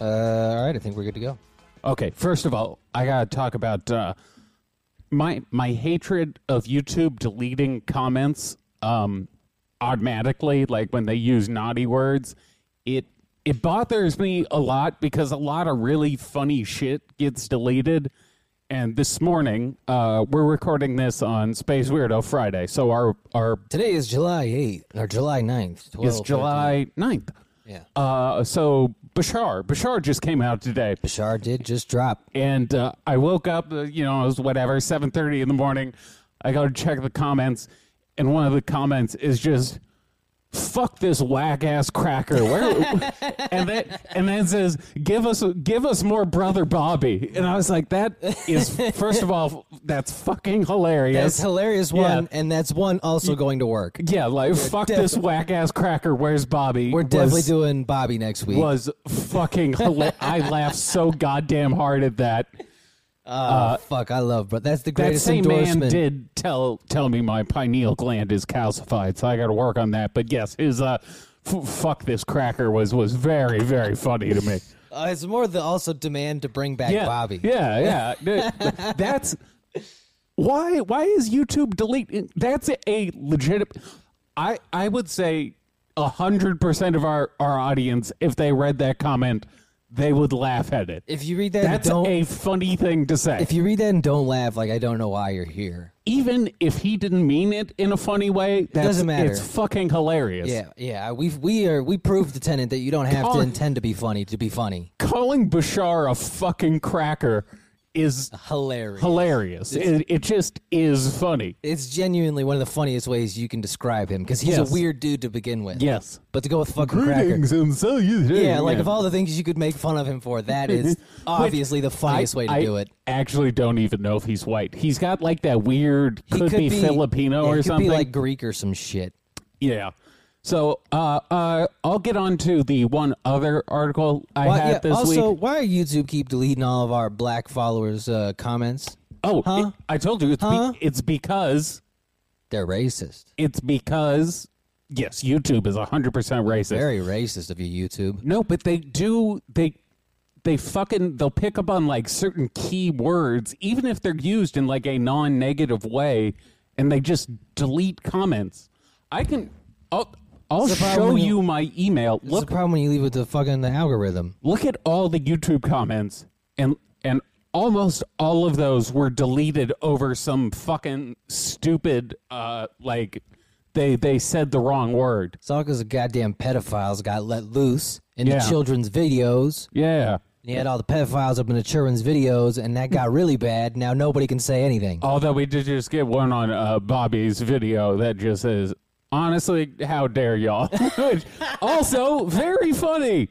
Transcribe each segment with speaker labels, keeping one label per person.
Speaker 1: Uh, all right, I think we're good to go.
Speaker 2: Okay, first of all, I gotta talk about uh, my my hatred of YouTube deleting comments um, automatically, like when they use naughty words. It it bothers me a lot because a lot of really funny shit gets deleted. And this morning, uh, we're recording this on Space Weirdo Friday, so our our
Speaker 1: Today is July 8th, or July 9th. 12,
Speaker 2: is July 9th.
Speaker 1: 13. Yeah.
Speaker 2: Uh, so Bashar Bashar just came out today
Speaker 1: Bashar did just drop.
Speaker 2: and uh, I woke up, uh, you know, it was whatever, seven thirty in the morning. I go to check the comments, and one of the comments is just "fuck this whack ass cracker," Where, and then and then it says "give us give us more brother Bobby," and I was like, "That is first of all, that's fucking hilarious."
Speaker 1: That's hilarious one,
Speaker 2: Yeah.
Speaker 1: and that's one also going to work.
Speaker 2: yeah, like fuck this
Speaker 1: definitely-
Speaker 2: whack ass cracker. Where's Bobby?
Speaker 1: We're
Speaker 2: was-
Speaker 1: definitely doing Bobby next week.
Speaker 2: was fucking hilarious. I laughed so goddamn hard at that.
Speaker 1: oh, fuck, I love, but that's the
Speaker 2: uh, That
Speaker 1: greatest
Speaker 2: same man
Speaker 1: endorsement.
Speaker 2: did tell tell me my pineal gland is calcified, so I got to work on that. But yes, his uh, f- fuck this cracker was was very very funny to me.
Speaker 1: Uh, it's more the also demand to bring back
Speaker 2: Yeah,
Speaker 1: Bobby.
Speaker 2: Yeah, yeah. Th- That's why why is YouTube delete? That's a legitimate. I I would say a hundred percent of our our audience, if they read that comment, they would laugh at it.
Speaker 1: If you read that, and
Speaker 2: That's
Speaker 1: don't.
Speaker 2: a funny thing to say.
Speaker 1: if you read that and don't laugh, like I don't know why you're here.
Speaker 2: even if he didn't mean it in a funny way, that's,
Speaker 1: doesn't matter.
Speaker 2: It's fucking hilarious.
Speaker 1: Yeah, yeah. We we are we proved the tenant that you don't have
Speaker 2: Colin-
Speaker 1: to intend to be funny to be funny.
Speaker 2: Calling Bashar a fucking cracker is
Speaker 1: Hilarious.
Speaker 2: hilarious. It, it just is funny.
Speaker 1: it's genuinely one of the funniest ways you can describe him because he's
Speaker 2: Yes.
Speaker 1: a weird dude to begin with.
Speaker 2: Yes.
Speaker 1: But to go with fucking cracker.
Speaker 2: and so you do.
Speaker 1: Yeah, like of all the things you could make fun of him for, that is obviously the funniest way to do it.
Speaker 2: Actually, don't even know if he's white. He's got like that weird could, be, Filipino
Speaker 1: yeah,
Speaker 2: or
Speaker 1: he could
Speaker 2: something.
Speaker 1: Be like Greek or some shit.
Speaker 2: yeah. So uh, uh, I'll get on to the one other article I
Speaker 1: Why-
Speaker 2: had
Speaker 1: yeah,
Speaker 2: this week.
Speaker 1: also, why YouTube keep deleting all of our black followers' uh, comments?
Speaker 2: Oh, it- I told you it's,
Speaker 1: Huh?
Speaker 2: be, it's because
Speaker 1: They're racist.
Speaker 2: it's because yes, YouTube is 100% racist.
Speaker 1: Very racist of you, YouTube.
Speaker 2: No, but they do they they fucking they'll pick up on like certain key words even if they're used in like a non-negative way and they just delete comments. I can I'll, I'll
Speaker 1: It's the problem
Speaker 2: show
Speaker 1: when you-
Speaker 2: you my email.
Speaker 1: What's the
Speaker 2: Look
Speaker 1: problem when you leave with the fucking the algorithm?
Speaker 2: look at all the YouTube comments and and almost all of those were deleted over some fucking stupid uh like they they said the wrong word.
Speaker 1: It's all because the goddamn pedophiles got let loose into
Speaker 2: Yeah.
Speaker 1: children's videos.
Speaker 2: Yeah.
Speaker 1: You had all the pedophiles up in the children's videos, and that got really bad. Now nobody can say anything.
Speaker 2: Although we did just get one on uh, Bobby's video that just says, "Honestly, how dare y'all?" Which also very funny.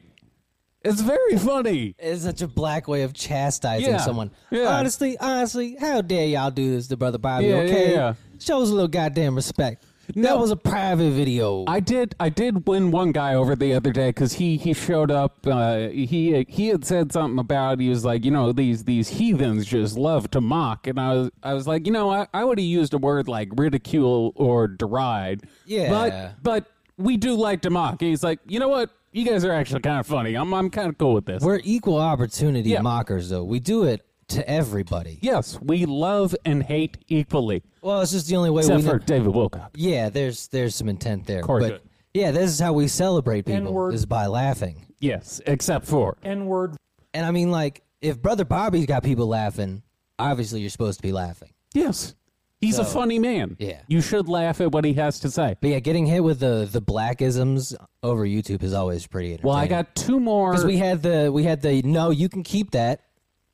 Speaker 2: It's very funny.
Speaker 1: It's such a black way of chastising
Speaker 2: Yeah,
Speaker 1: someone.
Speaker 2: yeah.
Speaker 1: Honestly, honestly, how dare y'all do this to Brother Bobby?
Speaker 2: Yeah, yeah,
Speaker 1: okay,
Speaker 2: yeah.
Speaker 1: show us a little goddamn respect.
Speaker 2: No.
Speaker 1: That was a private video.
Speaker 2: I did. I did win one guy over the other day because he he showed up. Uh, he he had said something about he was like, you know, these these heathens just love to mock, and I was I was like, you know, I, I would have used a word like ridicule or deride.
Speaker 1: Yeah.
Speaker 2: But but we do like to mock. And he's like, you know what? You guys are actually kind of funny. I'm I'm kind of cool with this.
Speaker 1: We're equal opportunity
Speaker 2: Yeah.
Speaker 1: mockers, though. We do it to everybody.
Speaker 2: yes, we love and hate equally,
Speaker 1: Well, it's just the only way
Speaker 2: except
Speaker 1: we. know-
Speaker 2: for David Wilcock.
Speaker 1: yeah, there's there's some intent there,
Speaker 2: course.
Speaker 1: but yeah, this is how we celebrate people
Speaker 3: N-word.
Speaker 1: is by laughing.
Speaker 2: Yes, except for
Speaker 3: N word.
Speaker 1: And I mean, like, if Brother Bobby's got people laughing, obviously you're supposed to be laughing.
Speaker 2: yes. He's a funny man.
Speaker 1: Yeah.
Speaker 2: You should laugh at what he has to say.
Speaker 1: But yeah, getting hit with the the blackisms over YouTube is always pretty.
Speaker 2: Well, I got two more.
Speaker 1: because we had the we had the no, you can keep that.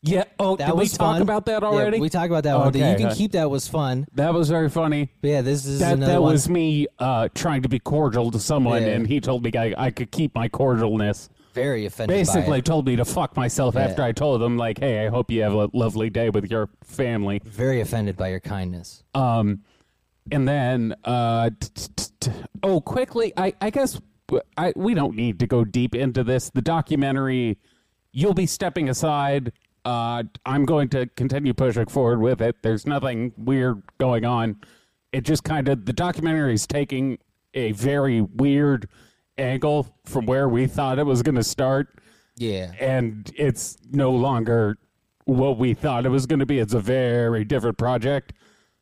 Speaker 2: yeah. Oh,
Speaker 1: That
Speaker 2: did we
Speaker 1: was
Speaker 2: talk
Speaker 1: fun.
Speaker 2: about that
Speaker 1: Yeah,
Speaker 2: already?
Speaker 1: we talked about that one. The
Speaker 2: Okay,
Speaker 1: you can
Speaker 2: huh.
Speaker 1: keep that was fun.
Speaker 2: That was very funny.
Speaker 1: But yeah, this is
Speaker 2: That
Speaker 1: another
Speaker 2: that
Speaker 1: one.
Speaker 2: was me uh, trying to be cordial to someone,
Speaker 1: Yeah.
Speaker 2: and he told me I, I could keep my cordialness.
Speaker 1: very offended. by it.
Speaker 2: Basically, told me to fuck myself after I told him, like, "Hey, I hope you have a lovely day with your family."
Speaker 1: very offended by your kindness.
Speaker 2: Um, and then, uh, t- t- t- t- oh, quickly, I, I guess w- I, we don't need to go deep into this. The documentary, you'll be stepping aside. Uh, I'm going to continue pushing forward with it. There's nothing weird going on. It just kind of, the documentary is taking a very weird angle from where we thought it was going to start.
Speaker 1: Yeah.
Speaker 2: and it's no longer what we thought it was going to be. It's a very different project.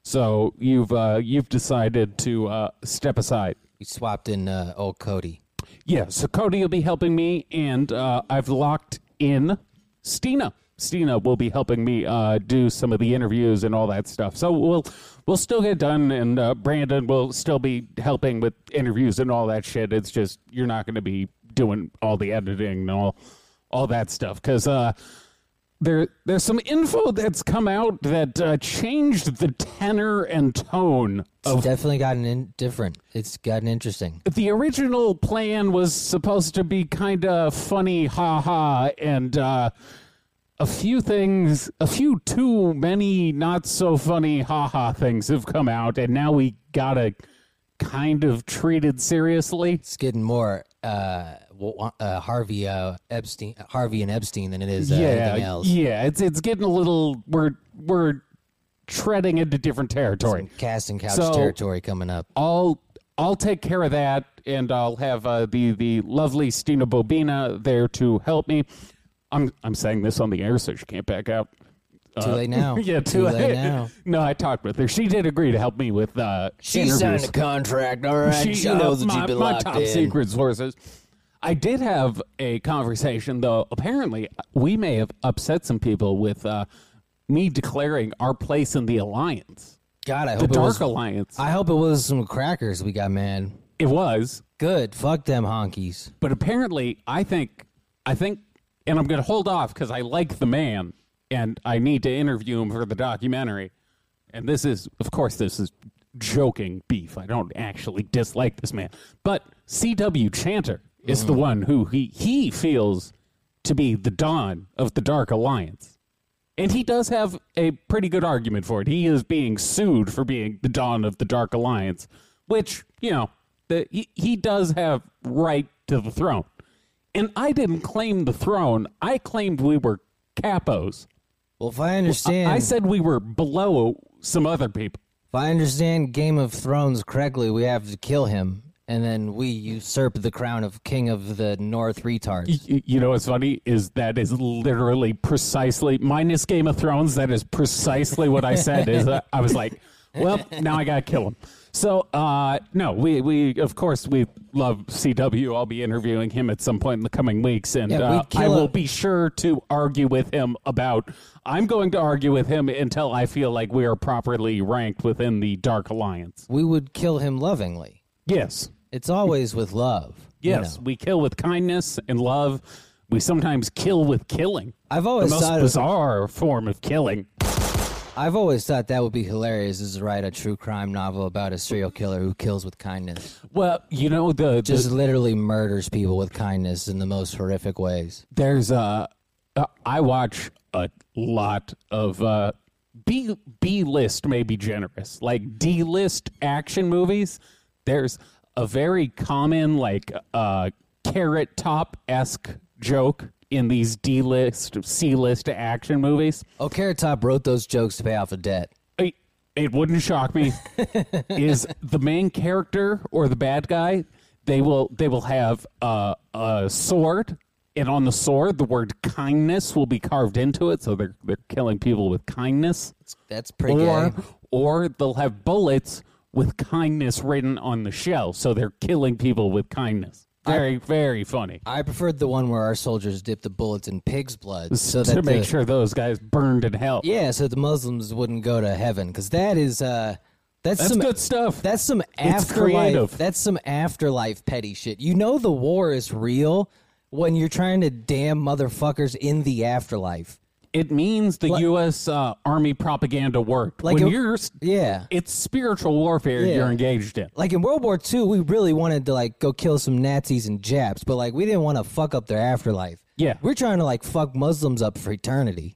Speaker 2: So you've uh, you've decided to uh, step aside.
Speaker 1: We swapped in uh, old Cody.
Speaker 2: Yeah. So Cody will be helping me, and uh, I've locked in Stina. Stina will be helping me uh, do some of the interviews and all that stuff. So we'll we'll still get done, and uh, Brandon will still be helping with interviews and all that shit. It's just you're not going to be doing all the editing and all all that stuff because. Uh, there there's some info that's come out that uh, changed the tenor and tone
Speaker 1: It's definitely gotten in different. It's gotten interesting.
Speaker 2: the original plan was supposed to be kind of funny, ha ha, and uh, a few things, a few too many not so funny, ha ha things have come out, and now we gotta kind of treat it seriously.
Speaker 1: It's getting more uh, wa- uh, Harvey uh, Epstein, Harvey and Epstein than it is uh, anything
Speaker 2: yeah,
Speaker 1: else.
Speaker 2: yeah, it's it's getting a little we're we're treading into different territory.
Speaker 1: Casting couch
Speaker 2: So-
Speaker 1: territory coming up.
Speaker 2: I'll I'll take care of that, and I'll have uh, the the lovely Stina Bobina there to help me. I'm I'm saying this on the air, so she can't back out.
Speaker 1: Too late now.
Speaker 2: yeah, too,
Speaker 1: late. Oh, now.
Speaker 2: no, I talked with her. She did agree to help me with uh,
Speaker 1: She
Speaker 2: interviews.
Speaker 1: signed a contract. All right, she,
Speaker 2: She- yeah,
Speaker 1: knows that
Speaker 2: my,
Speaker 1: you've been
Speaker 2: my
Speaker 1: locked
Speaker 2: top
Speaker 1: in.
Speaker 2: secret sources. I did have a conversation, though. Apparently, we may have upset some people with uh, me declaring our place in the alliance,
Speaker 1: God, I
Speaker 2: the
Speaker 1: hope it
Speaker 2: Dark
Speaker 1: was.
Speaker 2: Alliance.
Speaker 1: I hope it was some crackers we got, man.
Speaker 2: it was.
Speaker 1: Good. Fuck them honkies.
Speaker 2: but apparently i think i think and i'm going to hold off because i like the man and i need to interview him for the documentary and this is of course this is joking beef i don't actually dislike this man but cw chanter is the one who he, he feels to be the dawn of the dark alliance and he does have a pretty good argument for it. He is being sued for being the dawn of the Dark Alliance, which, you know, the, he, he does have right to the throne. And I didn't claim the throne. I claimed we were capos.
Speaker 1: Well, if I understand,
Speaker 2: I said we were below some other people.
Speaker 1: if I understand Game of Thrones correctly, we have to kill him, and then we usurp the crown of King of the North retards.
Speaker 2: Y- You know what's funny is that is literally precisely minus Game of Thrones. That is precisely what I said. is that I was like, well, now I gotta kill him. So uh, no, we we of course we love CW. I'll be interviewing him at some point in the coming weeks, and
Speaker 1: Yeah,
Speaker 2: uh,
Speaker 1: we'd
Speaker 2: I
Speaker 1: kill
Speaker 2: will
Speaker 1: him.
Speaker 2: be sure to argue with him about. I'm going to argue with him until I feel like we are properly ranked within the Dark Alliance.
Speaker 1: We would kill him lovingly.
Speaker 2: Yes,
Speaker 1: It's always with love. you
Speaker 2: yes,
Speaker 1: know.
Speaker 2: we kill with kindness and love. We sometimes kill with killing.
Speaker 1: I've
Speaker 2: the
Speaker 1: always
Speaker 2: most
Speaker 1: thought
Speaker 2: bizarre form of killing.
Speaker 1: I've always thought that would be hilarious is to write a true crime novel about a serial killer who kills with kindness.
Speaker 2: Well, you know the,
Speaker 1: Just literally murders people with kindness in the most horrific ways.
Speaker 2: there's uh, uh, I watch a lot of uh, B B list, maybe generous, like D list action movies. There's a very common like uh, carrot top esque joke in these D list, C list action movies.
Speaker 1: Oh, Carrot Top wrote those jokes to pay off a debt.
Speaker 2: I- it wouldn't shock me is the main character or the bad guy they will they will have uh, a sword and on the sword the word kindness will be carved into it so they're they're killing people with kindness
Speaker 1: That's pretty
Speaker 2: or
Speaker 1: gay.
Speaker 2: or they'll have bullets with kindness written on the shell so they're killing people with kindness very very funny
Speaker 1: I preferred the one where our soldiers dipped the bullets in pig's blood so that
Speaker 2: to make
Speaker 1: the,
Speaker 2: sure those guys burned in hell
Speaker 1: yeah, so the Muslims wouldn't go to heaven because that is uh, that's,
Speaker 2: that's
Speaker 1: some
Speaker 2: good stuff
Speaker 1: that's some
Speaker 2: It's
Speaker 1: afterlife
Speaker 2: creative.
Speaker 1: that's some afterlife petty shit. You know the war is real when you're trying to damn motherfuckers in the afterlife.
Speaker 2: it means the U.S. Uh, Army propaganda worked.
Speaker 1: Like
Speaker 2: when
Speaker 1: it-
Speaker 2: you're, s-
Speaker 1: Yeah.
Speaker 2: it's spiritual warfare
Speaker 1: Yeah.
Speaker 2: you're engaged in.
Speaker 1: like in World War II, we really wanted to like go kill some Nazis and Japs, but like we didn't want to fuck up their afterlife.
Speaker 2: Yeah.
Speaker 1: we're trying to like fuck Muslims up for eternity.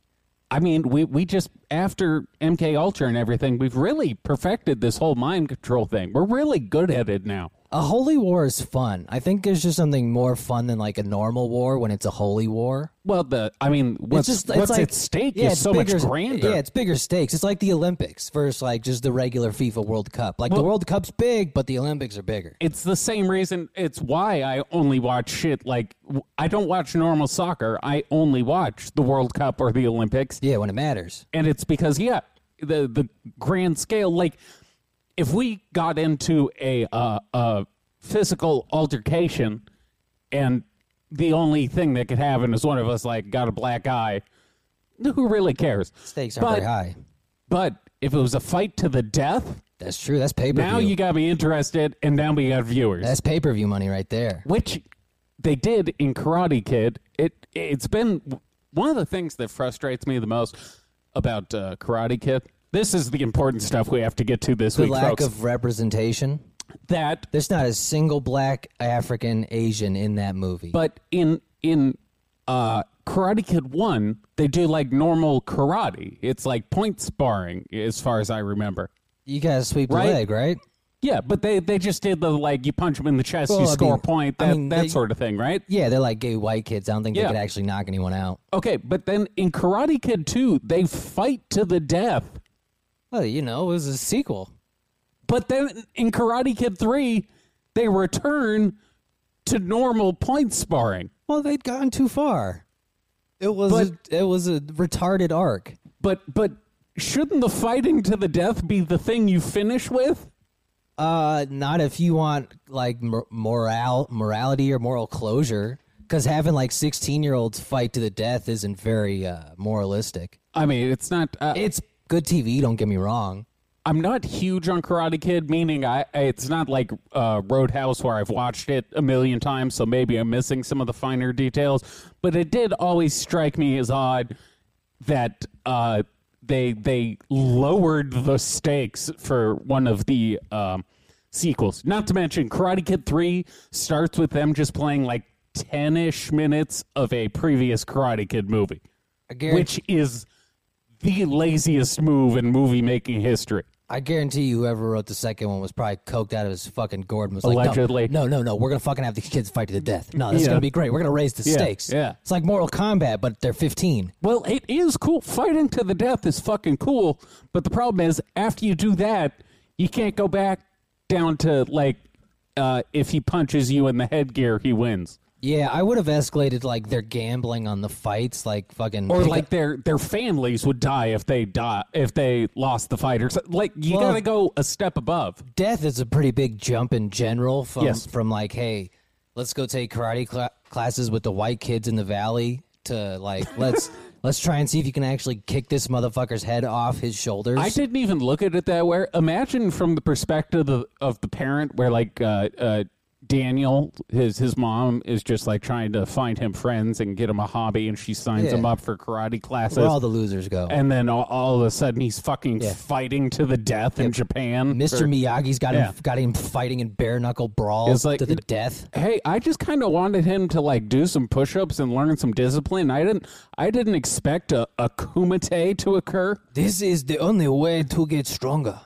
Speaker 2: I mean, we we just after MK Ultra and everything, we've really perfected this whole mind control thing. We're really good at it now.
Speaker 1: A holy war is fun. I think there's just something more fun than like a normal war when it's a holy war.
Speaker 2: Well, the I mean, what's
Speaker 1: just-
Speaker 2: what's
Speaker 1: like-
Speaker 2: at stake
Speaker 1: yeah,
Speaker 2: is
Speaker 1: it's
Speaker 2: so
Speaker 1: bigger-
Speaker 2: much grander.
Speaker 1: Yeah, it's bigger stakes. It's like the Olympics versus like just the regular FIFA World Cup. Like the
Speaker 2: Well-
Speaker 1: World Cup's big, but the Olympics are bigger.
Speaker 2: it's the same reason. It's why I only watch shit like w- I don't watch normal soccer. I only watch the World Cup or the Olympics,
Speaker 1: Yeah, when it matters.
Speaker 2: and it's because yeah, the the grand scale. Like if we got into a uh, uh, physical altercation, and the only thing that could happen is one of us like got a black eye. Who really cares?
Speaker 1: Stakes aren't
Speaker 2: But-
Speaker 1: very high.
Speaker 2: But if it was a fight to the death,
Speaker 1: That's true. That's pay per
Speaker 2: now
Speaker 1: view.
Speaker 2: you got me interested, and now we got viewers,
Speaker 1: That's pay per view money right there.
Speaker 2: which they did in Karate Kid. It it's been one of the things that frustrates me the most about uh, Karate Kid. This is the important stuff we have to get to this
Speaker 1: The
Speaker 2: week,
Speaker 1: lack
Speaker 2: folks.
Speaker 1: of representation.
Speaker 2: that,
Speaker 1: There's not a single black, African, Asian in that movie.
Speaker 2: but in in uh, Karate Kid One, they do like normal karate. It's like point sparring, as far as I remember.
Speaker 1: you gotta sweep
Speaker 2: Right?
Speaker 1: the leg, right?
Speaker 2: Yeah, but they, they just did the like you punch him in the chest,
Speaker 1: Well,
Speaker 2: you
Speaker 1: I
Speaker 2: score
Speaker 1: mean-
Speaker 2: a point,
Speaker 1: I
Speaker 2: that
Speaker 1: mean,
Speaker 2: that
Speaker 1: they-
Speaker 2: sort of thing, right?
Speaker 1: Yeah, they're like gay white kids. I don't think
Speaker 2: Yeah.
Speaker 1: they could actually knock anyone out.
Speaker 2: Okay, but then in Karate Kid 2, they fight to the death.
Speaker 1: Well, you know, it was a sequel.
Speaker 2: But then in Karate Kid 3, they return to normal point sparring.
Speaker 1: Well, they'd gone too far. It was a, it was a retarded arc.
Speaker 2: But but shouldn't the fighting to the death be the thing you finish with?
Speaker 1: Uh, not if you want like mor- moral morality or moral closure. Because having like sixteen year olds fight to the death isn't very uh, moralistic.
Speaker 2: I mean, it's not uh,
Speaker 1: It's good TV. Don't get me wrong.
Speaker 2: I'm not huge on Karate Kid, meaning I I- it's not like uh, Roadhouse where I've watched it a million times, so maybe I'm missing some of the finer details. But it did always strike me as odd that uh, they they lowered the stakes for one of the um, sequels. Not to mention, Karate Kid Three starts with them just playing like ten ish minutes of a previous Karate Kid movie,
Speaker 1: I guarantee,
Speaker 2: which is the laziest move in movie making history.
Speaker 1: I guarantee you, whoever wrote the second one was probably coked out of his fucking gourd. and Was
Speaker 2: Allegedly.
Speaker 1: like, no, no, no, no. We're gonna fucking have the kids fight to the death. No, this is
Speaker 2: Yeah.
Speaker 1: gonna be great. We're gonna raise the
Speaker 2: Yeah,
Speaker 1: stakes.
Speaker 2: yeah.
Speaker 1: it's like Mortal Kombat, but they're fifteen.
Speaker 2: Well, it is cool. Fighting to the death is fucking cool. But the problem is, after you do that, you can't go back down to like uh, if he punches you in the headgear, he wins,
Speaker 1: Yeah, I would have escalated like their gambling on the fights, like fucking
Speaker 2: or
Speaker 1: pick
Speaker 2: like their their families would die if they die if they lost the fight, or so- like you
Speaker 1: Well-
Speaker 2: gotta go a step above.
Speaker 1: death is a pretty big jump in general from
Speaker 2: Yes.
Speaker 1: from like hey let's go take karate cla classes with the white kids in the valley to like let's let's try and see if you can actually kick this motherfucker's head off his shoulders
Speaker 2: I didn't even look at it that way. Imagine from the perspective of, of the parent, where like uh, uh, Daniel, his his mom is just like trying to find him friends and get him a hobby, and she signs
Speaker 1: Yeah.
Speaker 2: him up for karate classes.
Speaker 1: where all the losers go
Speaker 2: and then all, all of a sudden, he's fucking fighting to the death in Japan.
Speaker 1: mr
Speaker 2: Or-
Speaker 1: miyagi's got
Speaker 2: Yeah.
Speaker 1: him got him fighting in bare knuckle brawls
Speaker 2: It's like-
Speaker 1: to the death
Speaker 2: hey, I just kind of wanted him to like do some push-ups and learn some discipline. I didn't. I didn't expect a, a kumite to occur.
Speaker 1: this is the only way to get stronger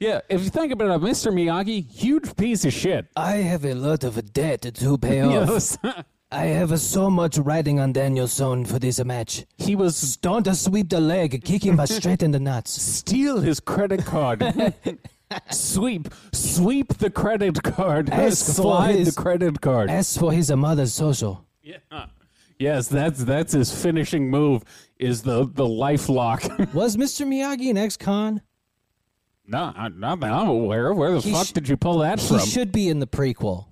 Speaker 2: Yeah, if you think about it, Mr. Miyagi, huge piece of shit.
Speaker 1: i have a lot of debt to pay
Speaker 2: You know, so-
Speaker 1: i have so much riding on danielson for this match
Speaker 2: he was
Speaker 1: don't sweep the leg kick him straight in the nuts
Speaker 2: steal his credit card. sweep, sweep the credit card.
Speaker 1: Ask for
Speaker 2: Slide
Speaker 1: his-
Speaker 2: the credit card.
Speaker 1: As for his mother's social,
Speaker 2: yeah. Yes, that's that's his finishing move. Is the the life lock?
Speaker 1: was Mr. Miyagi an ex-con?
Speaker 2: no, I- not that I'm aware of. Where the
Speaker 1: He
Speaker 2: fuck
Speaker 1: sh-
Speaker 2: did you pull that
Speaker 1: He
Speaker 2: from?
Speaker 1: should be in the prequel.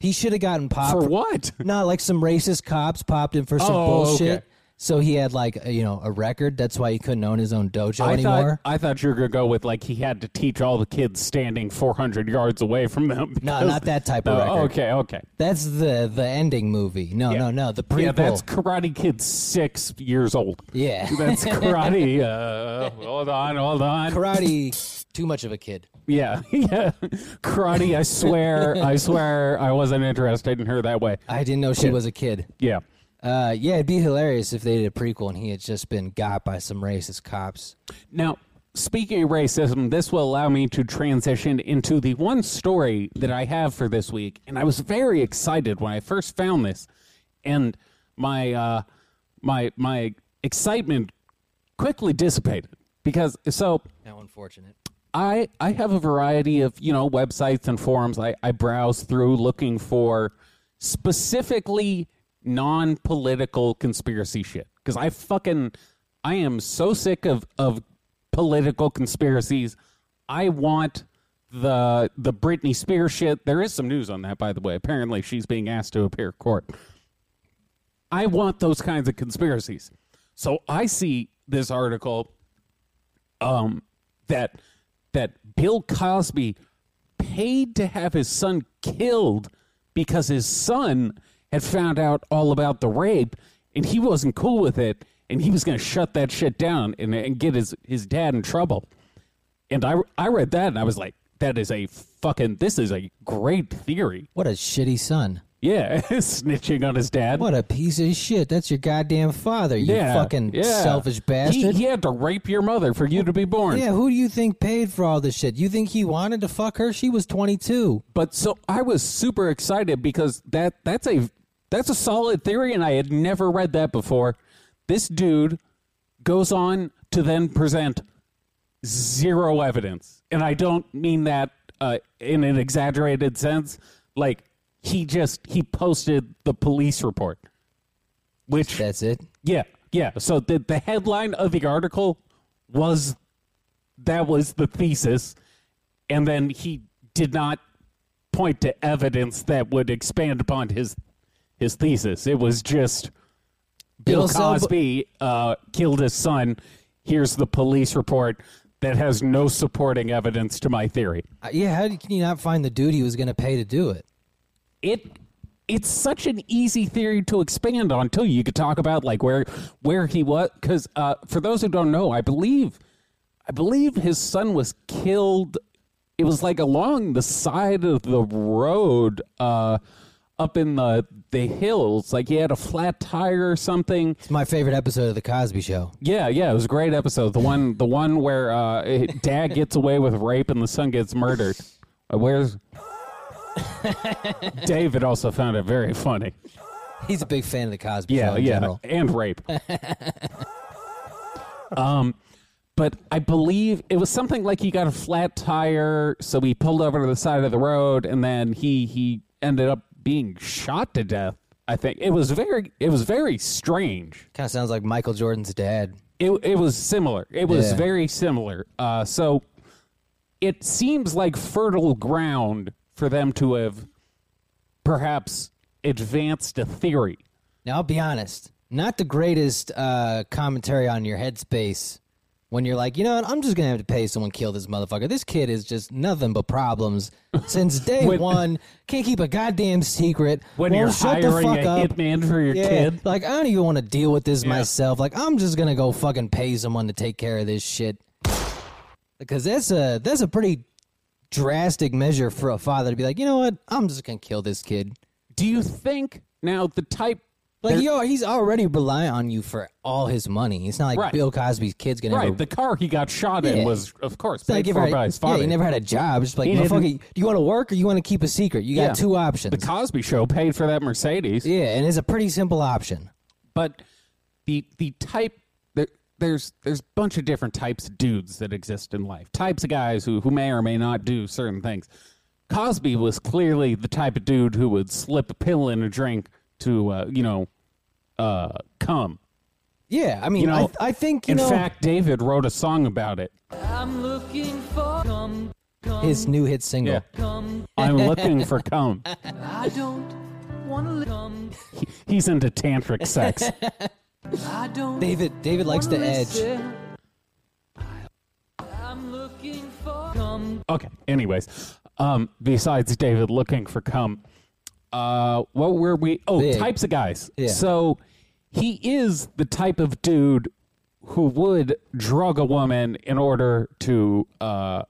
Speaker 1: He should have gotten popped.
Speaker 2: For what?
Speaker 1: No, like some racist cops popped him for some
Speaker 2: Oh,
Speaker 1: bullshit.
Speaker 2: okay.
Speaker 1: So he had like a, you know a record. That's why he couldn't own his own dojo
Speaker 2: I thought
Speaker 1: anymore.
Speaker 2: I thought you were gonna go with like he had to teach all the kids standing 400 yards away from them.
Speaker 1: No,
Speaker 2: because-
Speaker 1: not that type
Speaker 2: No,
Speaker 1: of record.
Speaker 2: okay, okay.
Speaker 1: That's the the ending movie. No, no, no. The prequel.
Speaker 2: Yeah, that's Karate Kid six years old.
Speaker 1: Yeah.
Speaker 2: That's karate. Uh, hold on, hold on.
Speaker 1: karate. Too much of a kid.
Speaker 2: Yeah, yeah. Karate, I swear, I swear I wasn't interested in her that way.
Speaker 1: I didn't know she was a kid.
Speaker 2: Yeah.
Speaker 1: Uh, yeah, it'd be hilarious if they did a prequel and he had just been got by some racist cops.
Speaker 2: Now, Speaking of racism, this will allow me to transition into the one story that I have for this week. And I was very excited when I first found this. And my uh, my my excitement quickly dissipated because so
Speaker 1: How unfortunate.
Speaker 2: I I have a variety of you know websites and forums I, I browse through looking for specifically non political conspiracy shit because I fucking I am so sick of of political conspiracies. I want the the Britney Spears shit. There is some news on that by the way. Apparently she's being asked to appear at court. I want those kinds of conspiracies. So I see this article um, that that Bill Cosby paid to have his son killed because his son had found out all about the rape and he wasn't cool with it and he was going to shut that shit down and, and get his, his dad in trouble. And I, I read that and I was like, that is a fucking, this is a great theory.
Speaker 1: What a shitty son.
Speaker 2: Yeah, snitching on his dad.
Speaker 1: What a piece of shit. That's your goddamn father, you fucking
Speaker 2: yeah.
Speaker 1: selfish
Speaker 2: He-
Speaker 1: bastard.
Speaker 2: He, had to rape your mother for you to be born.
Speaker 1: yeah, who do you think paid for all this shit? You think he wanted to fuck her? She was 22.
Speaker 2: But so I was super excited because that that's a that's a solid theory, and I had never read that before. This dude goes on to then present zero evidence, and I don't mean that uh, in an exaggerated sense. Like he just he posted the police report, which
Speaker 1: That's it.
Speaker 2: yeah, yeah. So the the headline of the article was that was the thesis, and then he did not point to evidence that would expand upon his his thesis. It was just Bill
Speaker 1: It'll sell-
Speaker 2: Cosby uh, killed his son. Here's the police report that has no supporting evidence to my theory.
Speaker 1: Uh, Yeah, how did- can you not find the dude he was going to pay to do it?
Speaker 2: it it's such an easy theory to expand on too. You could talk about like where where he was because uh, for those who don't know, I believe I believe his son was killed. It was like along the side of the road, uh, up in the the hills. Like he had a flat tire or something.
Speaker 1: It's my favorite episode of The Cosby Show.
Speaker 2: Yeah, yeah, it was a great episode. The one, the one where uh, it- dad gets away with rape and the son gets murdered. Uh, where's David? Also found it very funny.
Speaker 1: He's a big fan of The Cosby
Speaker 2: Yeah,
Speaker 1: Show in
Speaker 2: yeah,
Speaker 1: general.
Speaker 2: and rape. um, but I believe it was something like he got a flat tire, so he pulled over to the side of the road, and then he he ended up being shot to death. I think it was very it was very strange.
Speaker 1: Kind of sounds like Michael Jordan's dad.
Speaker 2: It it was similar. It was
Speaker 1: Yeah.
Speaker 2: very similar. Uh, so it seems like fertile ground for them to have perhaps advanced a theory.
Speaker 1: Now, I'll be honest, not the greatest uh, commentary on your headspace when you're like, you know what, I'm just going to have to pay someone to kill this motherfucker. This kid is just nothing but problems since day
Speaker 2: When-
Speaker 1: one. Can't keep a goddamn secret.
Speaker 2: When
Speaker 1: won't
Speaker 2: you're
Speaker 1: shut the
Speaker 2: hiring
Speaker 1: fuck
Speaker 2: a
Speaker 1: up.
Speaker 2: hitman for your
Speaker 1: Yeah,
Speaker 2: kid,
Speaker 1: like I don't even want to deal with this myself. Like I'm just gonna go fucking pay someone to take care of this shit. Because that's a that's a pretty drastic measure for a father to be like, you know what, I'm just gonna kill this kid.
Speaker 2: do you think now the type
Speaker 1: Like yo, he's already relying on you for all his money. It's not like
Speaker 2: Right.
Speaker 1: Bill Cosby's kid's gonna
Speaker 2: right
Speaker 1: ever.
Speaker 2: the car he got shot in
Speaker 1: Yeah.
Speaker 2: was of course
Speaker 1: It's not like
Speaker 2: paid
Speaker 1: he
Speaker 2: for
Speaker 1: ever
Speaker 2: by
Speaker 1: had,
Speaker 2: his
Speaker 1: yeah,
Speaker 2: father.
Speaker 1: he never had a job. It's just like,
Speaker 2: He didn't-
Speaker 1: motherfucker, do you want to work or you want to keep a secret? You got
Speaker 2: Yeah.
Speaker 1: two options.
Speaker 2: the Cosby Show paid for that Mercedes.
Speaker 1: yeah, and it's a pretty simple option.
Speaker 2: but the the type there, there's there's a bunch of different types of dudes that exist in life types of guys who, who may or may not do certain things cosby was clearly the type of dude who would slip a pill in a drink to uh, you know uh, come
Speaker 1: Yeah, I mean,
Speaker 2: you know
Speaker 1: I, I think you
Speaker 2: in
Speaker 1: know
Speaker 2: fact david wrote a song about it
Speaker 3: I'm looking for come, come,
Speaker 1: his new hit single.
Speaker 2: yeah
Speaker 3: come.
Speaker 2: i'm looking for cum
Speaker 3: I don't wanna come.
Speaker 2: He- he's into tantric sex
Speaker 3: I don't.
Speaker 1: David David likes to
Speaker 3: wanna
Speaker 1: edge.
Speaker 3: listen. I'm looking for come.
Speaker 2: Okay. Anyways, um, besides David looking for cum, uh, what were we? Oh,
Speaker 1: Big.
Speaker 2: types of guys.
Speaker 1: Yeah.
Speaker 2: So he is the type of dude who would drug a woman in order to uh,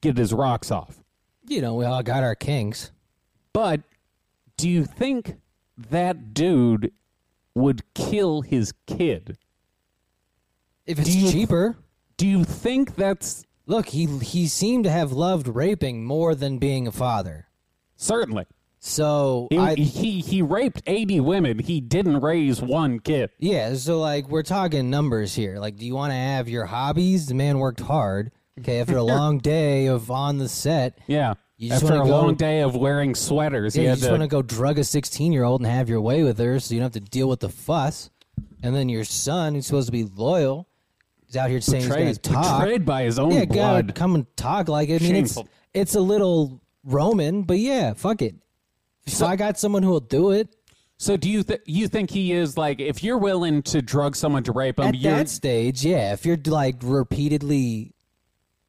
Speaker 2: get his rocks off.
Speaker 1: You know, we all got our kinks.
Speaker 2: But do you think that dude would kill his kid?
Speaker 1: If it's
Speaker 2: Do you-
Speaker 1: cheaper,
Speaker 2: Do you think that's
Speaker 1: Look, he he seemed to have loved raping more than being a father.
Speaker 2: certainly?
Speaker 1: So
Speaker 2: He,
Speaker 1: I,
Speaker 2: he he raped 80 women. He didn't raise one kid.
Speaker 1: Yeah, so like we're talking numbers here. Like, do you want to have your hobbies? The man worked hard. Okay, after a long day of on the set,
Speaker 2: Yeah.
Speaker 1: You just
Speaker 2: After a
Speaker 1: wanna go-
Speaker 2: long day of wearing sweaters, he
Speaker 1: yeah, you
Speaker 2: had
Speaker 1: just
Speaker 2: to-
Speaker 1: want to go drug a sixteen-year-old and have your way with her, so you don't have to deal with the fuss. And then your son, who's supposed to be loyal, is out here saying he's
Speaker 2: betrayed,
Speaker 1: going to talk.
Speaker 2: betrayed by his own
Speaker 1: yeah,
Speaker 2: blood.
Speaker 1: Oh, God, come and talk like it. I mean, it's
Speaker 2: Shameful.
Speaker 1: it's a little Roman, but yeah, fuck it. So I got someone who will do it.
Speaker 2: So do you th- you think he is like if you're willing to drug someone to rape him?
Speaker 1: at
Speaker 2: you're,
Speaker 1: that stage, yeah, if you're like repeatedly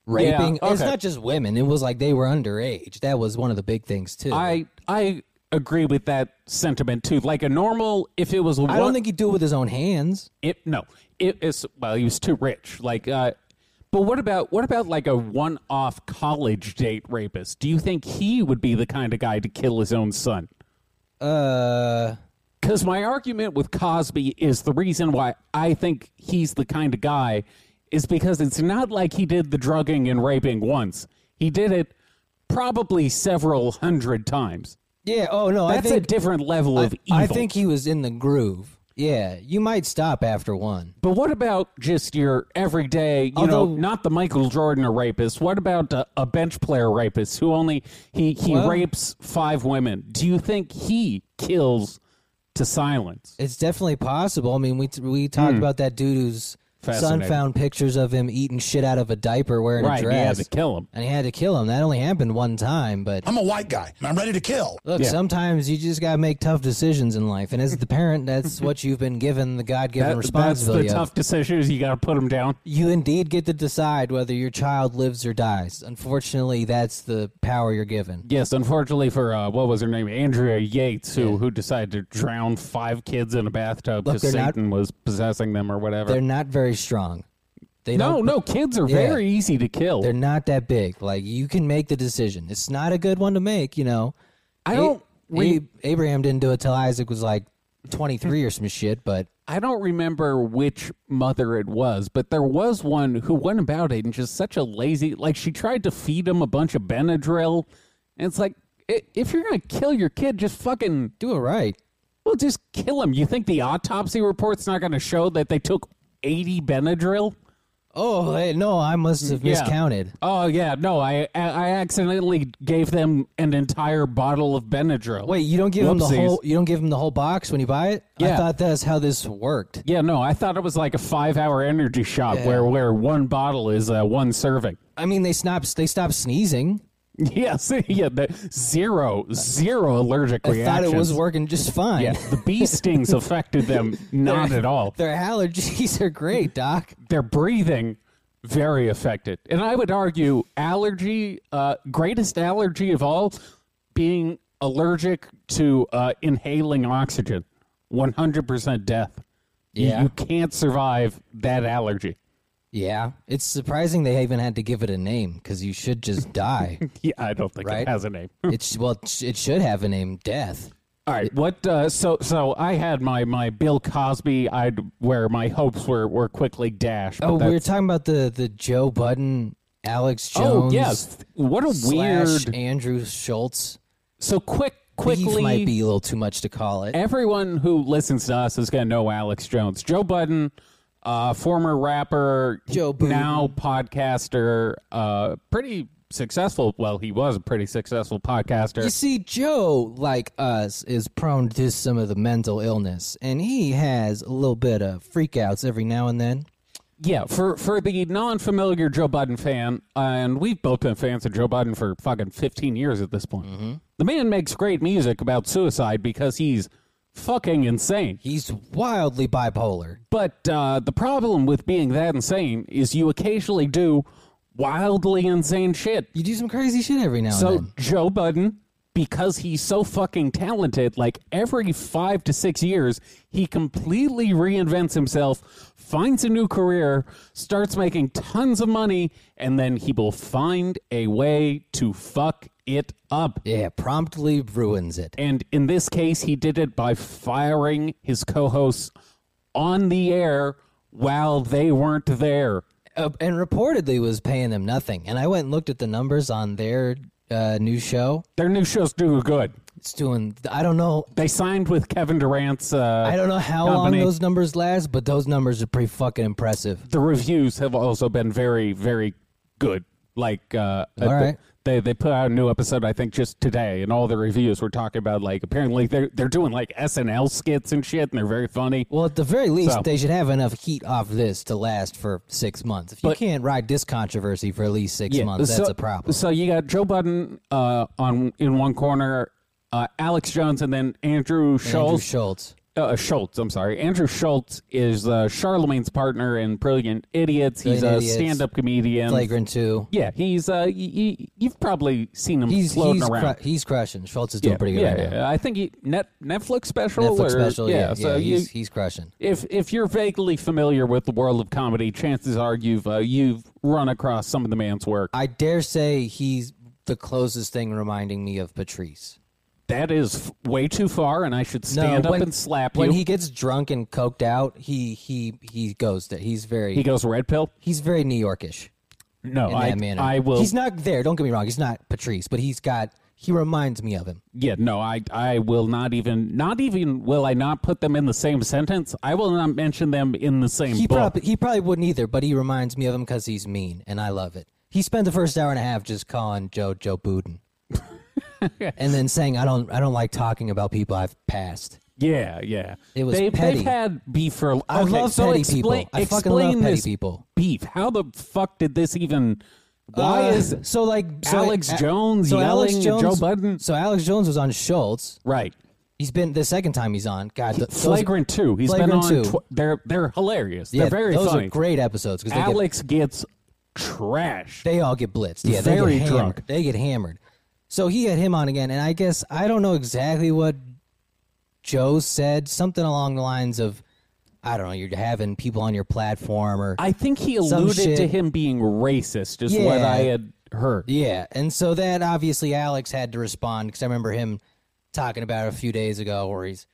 Speaker 1: raping, it's
Speaker 2: okay.
Speaker 1: not just women. It was like they were underage. That was one of the big things too.
Speaker 2: I I agree with that sentiment too. Like a normal, if it was,
Speaker 1: I don't think he'd do it with his own hands.
Speaker 2: it. No, it is. Well, he was too rich. Like, uh, but what about what about like a one-off college date rapist? Do you think he would be the kind of guy to kill his own son?
Speaker 1: Uh,
Speaker 2: Because my argument with Cosby is the reason why I think he's the kind of guy is because it's not like he did the drugging and raping once. He did it probably several hundred times.
Speaker 1: yeah. Oh no,
Speaker 2: That's
Speaker 1: I think
Speaker 2: a different level of evil.
Speaker 1: I think he was in the groove. Yeah, you might stop after one.
Speaker 2: But what about just your everyday, you know,
Speaker 1: Although-
Speaker 2: not the Michael Jordan rapist? What about a, a bench player rapist who only he he
Speaker 1: Well-
Speaker 2: rapes five women? Do you think he kills to silence?
Speaker 1: It's definitely possible. I mean, we we talked about that dude whose son
Speaker 2: Hmm. Fascinating.
Speaker 1: found pictures of him eating shit out of a diaper wearing
Speaker 2: Right,
Speaker 1: a
Speaker 2: he
Speaker 1: dress,
Speaker 2: had to kill him.
Speaker 1: and he had to kill him. That only happened one time, but
Speaker 4: I'm a white guy and I'm ready to kill.
Speaker 1: Look,
Speaker 2: Yeah.
Speaker 1: sometimes you just gotta make tough decisions in life, and as the parent, that's what you've been given the God-given
Speaker 2: That- that's the
Speaker 1: responsibility of.
Speaker 2: tough decisions. You got to put him down.
Speaker 1: you indeed get to decide whether your child lives or dies. Unfortunately, that's the power you're given.
Speaker 2: Yes, unfortunately for uh, what was her name, Andrea Yates, who who decided to drown five kids in a bathtub
Speaker 1: Look,
Speaker 2: because
Speaker 1: they're not-
Speaker 2: Satan was possessing them or whatever.
Speaker 1: They're not very strong. They
Speaker 2: No,
Speaker 1: don't,
Speaker 2: no, kids are
Speaker 1: Yeah.
Speaker 2: very easy to kill.
Speaker 1: they're not that big. Like you can make the decision. It's not a good one to make, you know.
Speaker 2: I don't.
Speaker 1: A-
Speaker 2: re-
Speaker 1: Ab- Abraham didn't do it till Isaac was like 23 or some shit, but
Speaker 2: I don't remember which mother it was, but there was one who went about it and just such a lazy. Like she tried to feed him a bunch of Benadryl, and it's like i- if you're gonna kill your kid, just fucking
Speaker 1: do it right.
Speaker 2: well, just kill him. You think the autopsy report's not gonna show that they took eighty Benadryl?
Speaker 1: Oh, hey, no, I must have
Speaker 2: Mm, Yeah.
Speaker 1: miscounted.
Speaker 2: Oh yeah, no, I I accidentally gave them an entire bottle of Benadryl.
Speaker 1: Wait, you don't give him the
Speaker 2: Whoopsies.
Speaker 1: whole you don't give him the whole box when you buy it?
Speaker 2: Yeah.
Speaker 1: I thought that's how this worked.
Speaker 2: Yeah, no, I thought it was like a five-hour energy shot
Speaker 1: Yeah.
Speaker 2: where where one bottle is uh, one serving.
Speaker 1: I mean, they stop they stop sneezing.
Speaker 2: Yes, yeah, the zero zero allergic
Speaker 1: I thought
Speaker 2: reactions.
Speaker 1: it was working just fine.
Speaker 2: Yeah, the bee stings affected them not at all.
Speaker 1: Their allergies are great, doc.
Speaker 2: Their breathing very affected, and I would argue allergy, uh, greatest allergy of all, being allergic to uh, inhaling oxygen, one hundred percent death. You-
Speaker 1: Yeah.
Speaker 2: you can't survive that allergy.
Speaker 1: Yeah. It's surprising they even had to give it a name cuz you should just die.
Speaker 2: Yeah, I don't think it
Speaker 1: Right?
Speaker 2: has a name.
Speaker 1: it's well it sh- it should have a name, death.
Speaker 2: All right. What? Uh, so, so I had my my Bill Cosby. I'd where my hopes were were quickly dashed. but
Speaker 1: Oh, we were
Speaker 2: that's-
Speaker 1: talking about the the Joe Budden, Alex
Speaker 2: Oh
Speaker 1: Jones.
Speaker 2: yes. What a
Speaker 1: Slash
Speaker 2: weird.
Speaker 1: Andrew Schultz.
Speaker 2: So quick,
Speaker 1: Beef might
Speaker 2: quickly.
Speaker 1: be a little too much to call it.
Speaker 2: Everyone who listens to us is gonna know Alex Jones, Joe Budden, uh, former rapper,
Speaker 1: Joe Budden.
Speaker 2: now podcaster, uh, pretty successful. Well, he was a pretty successful podcaster.
Speaker 1: You see, Joe, like us, is prone to some of the mental illness, and he has a little bit of freakouts every now and then.
Speaker 2: Yeah, for for the non-familiar Joe Biden fan, and we've both been fans of Joe Biden for fucking 15 years at this point. The man makes great music about suicide because he's fucking insane.
Speaker 1: He's wildly bipolar.
Speaker 2: But uh, the problem with being that insane is you occasionally do wildly insane shit.
Speaker 1: You do some crazy shit every now and
Speaker 2: So
Speaker 1: then.
Speaker 2: Joe Budden, because he's so fucking talented, like every five to six years, he completely reinvents himself, finds a new career, starts making tons of money, and then he will find a way to fuck it up.
Speaker 1: Yeah, promptly ruins it.
Speaker 2: And in this case, he did it by firing his co hosts on the air while they weren't there.
Speaker 1: uh, and reportedly was paying them nothing. And I went and looked at the numbers on their uh, new show.
Speaker 2: Their new show's doing good.
Speaker 1: It's doing. I don't know.
Speaker 2: They signed with Kevin Durant's. Uh,
Speaker 1: I don't know how
Speaker 2: company.
Speaker 1: long those numbers last, but those numbers are pretty fucking impressive.
Speaker 2: The reviews have also been very, very good. Like, uh,
Speaker 1: All right.
Speaker 2: they they put out a new episode I think just today, and all the reviews were talking about like apparently they're they're doing like SNL skits and shit, and they're very funny.
Speaker 1: Well, at the very least,
Speaker 2: So-
Speaker 1: they should have enough heat off this to last for six months. If you
Speaker 2: But-
Speaker 1: can't ride this controversy for at least six months, that's
Speaker 2: so,
Speaker 1: a problem.
Speaker 2: So you got Joe Budden uh, on in one corner, uh, Alex Jones, and then Andrew
Speaker 1: Andrew
Speaker 2: Schultz.
Speaker 1: Schultz.
Speaker 2: uh, Schultz, I'm sorry. Andrew Schultz is uh, Charlemagne's partner in Brilliant Idiots. He's
Speaker 1: Brilliant
Speaker 2: a
Speaker 1: Idiots.
Speaker 2: stand-up comedian.
Speaker 1: Flagrant two.
Speaker 2: Yeah, he's uh, y- y- you've probably seen him
Speaker 1: He's
Speaker 2: floating
Speaker 1: he's,
Speaker 2: around.
Speaker 1: cru- he's crushing. Schultz is doing
Speaker 2: yeah,
Speaker 1: pretty good
Speaker 2: yeah,
Speaker 1: right now.
Speaker 2: yeah. I think he, net Netflix special.
Speaker 1: Netflix
Speaker 2: or,
Speaker 1: special. Yeah, yeah,
Speaker 2: so you,
Speaker 1: he's, he's crushing.
Speaker 2: if if you're vaguely familiar with the world of comedy, chances are you've uh, you've run across some of the man's work.
Speaker 1: I dare say he's the closest thing reminding me of Patrice.
Speaker 2: that is f- way too far, and I should
Speaker 1: No,
Speaker 2: stand
Speaker 1: when-
Speaker 2: up and slap
Speaker 1: When
Speaker 2: you.
Speaker 1: he gets drunk and coked out, he he he goes there. He's very
Speaker 2: he goes red pill.
Speaker 1: he's very New Yorkish.
Speaker 2: No,
Speaker 1: in
Speaker 2: I
Speaker 1: that manner.
Speaker 2: I will.
Speaker 1: He's not there. Don't get me wrong. He's not Patrice, but he's got. He reminds me of him.
Speaker 2: Yeah, no, I I will not even not even will I not put them in the same sentence. I will not mention them in the same
Speaker 1: He
Speaker 2: book.
Speaker 1: probably he probably wouldn't either, but he reminds me of him because he's mean, and I love it. He spent the first hour and a half just calling Joe Joe Budden, and then saying, "I don't I don't like talking about people I've passed."
Speaker 2: yeah, yeah.
Speaker 1: It was
Speaker 2: they,
Speaker 1: petty.
Speaker 2: They've had beef for.
Speaker 1: I
Speaker 2: okay,
Speaker 1: love
Speaker 2: so
Speaker 1: petty
Speaker 2: explain,
Speaker 1: people. I fucking
Speaker 2: explain
Speaker 1: love petty
Speaker 2: this
Speaker 1: people.
Speaker 2: Beef. How the fuck did this even? Why
Speaker 1: Uh,
Speaker 2: is
Speaker 1: so like so
Speaker 2: Alex
Speaker 1: A-
Speaker 2: Jones
Speaker 1: so Alex
Speaker 2: yelling at
Speaker 1: Jones,
Speaker 2: Joe Budden?
Speaker 1: So Alex Jones was on Schultz.
Speaker 2: right?
Speaker 1: He's been the second time he's on. God, th- those-
Speaker 2: Flagrant two. He's been
Speaker 1: Flagrant
Speaker 2: on.
Speaker 1: two.
Speaker 2: Tw- they're they're hilarious.
Speaker 1: Yeah,
Speaker 2: they're very
Speaker 1: those
Speaker 2: funny.
Speaker 1: are great episodes because they, get,
Speaker 2: Alex gets trashed.
Speaker 1: they all get blitzed. Yeah, they
Speaker 2: Very
Speaker 1: get hammered.
Speaker 2: drunk.
Speaker 1: They get hammered. So he had him on again, and I guess I don't know exactly what Joe said. Something along the lines of, I don't know, you're having people on your platform or
Speaker 2: I think he
Speaker 1: Some
Speaker 2: alluded to
Speaker 1: shit.
Speaker 2: him being racist. Is what
Speaker 1: Yeah.
Speaker 2: I had heard.
Speaker 1: Yeah, and so that obviously Alex had to respond because I remember him talking about it a few days ago where he's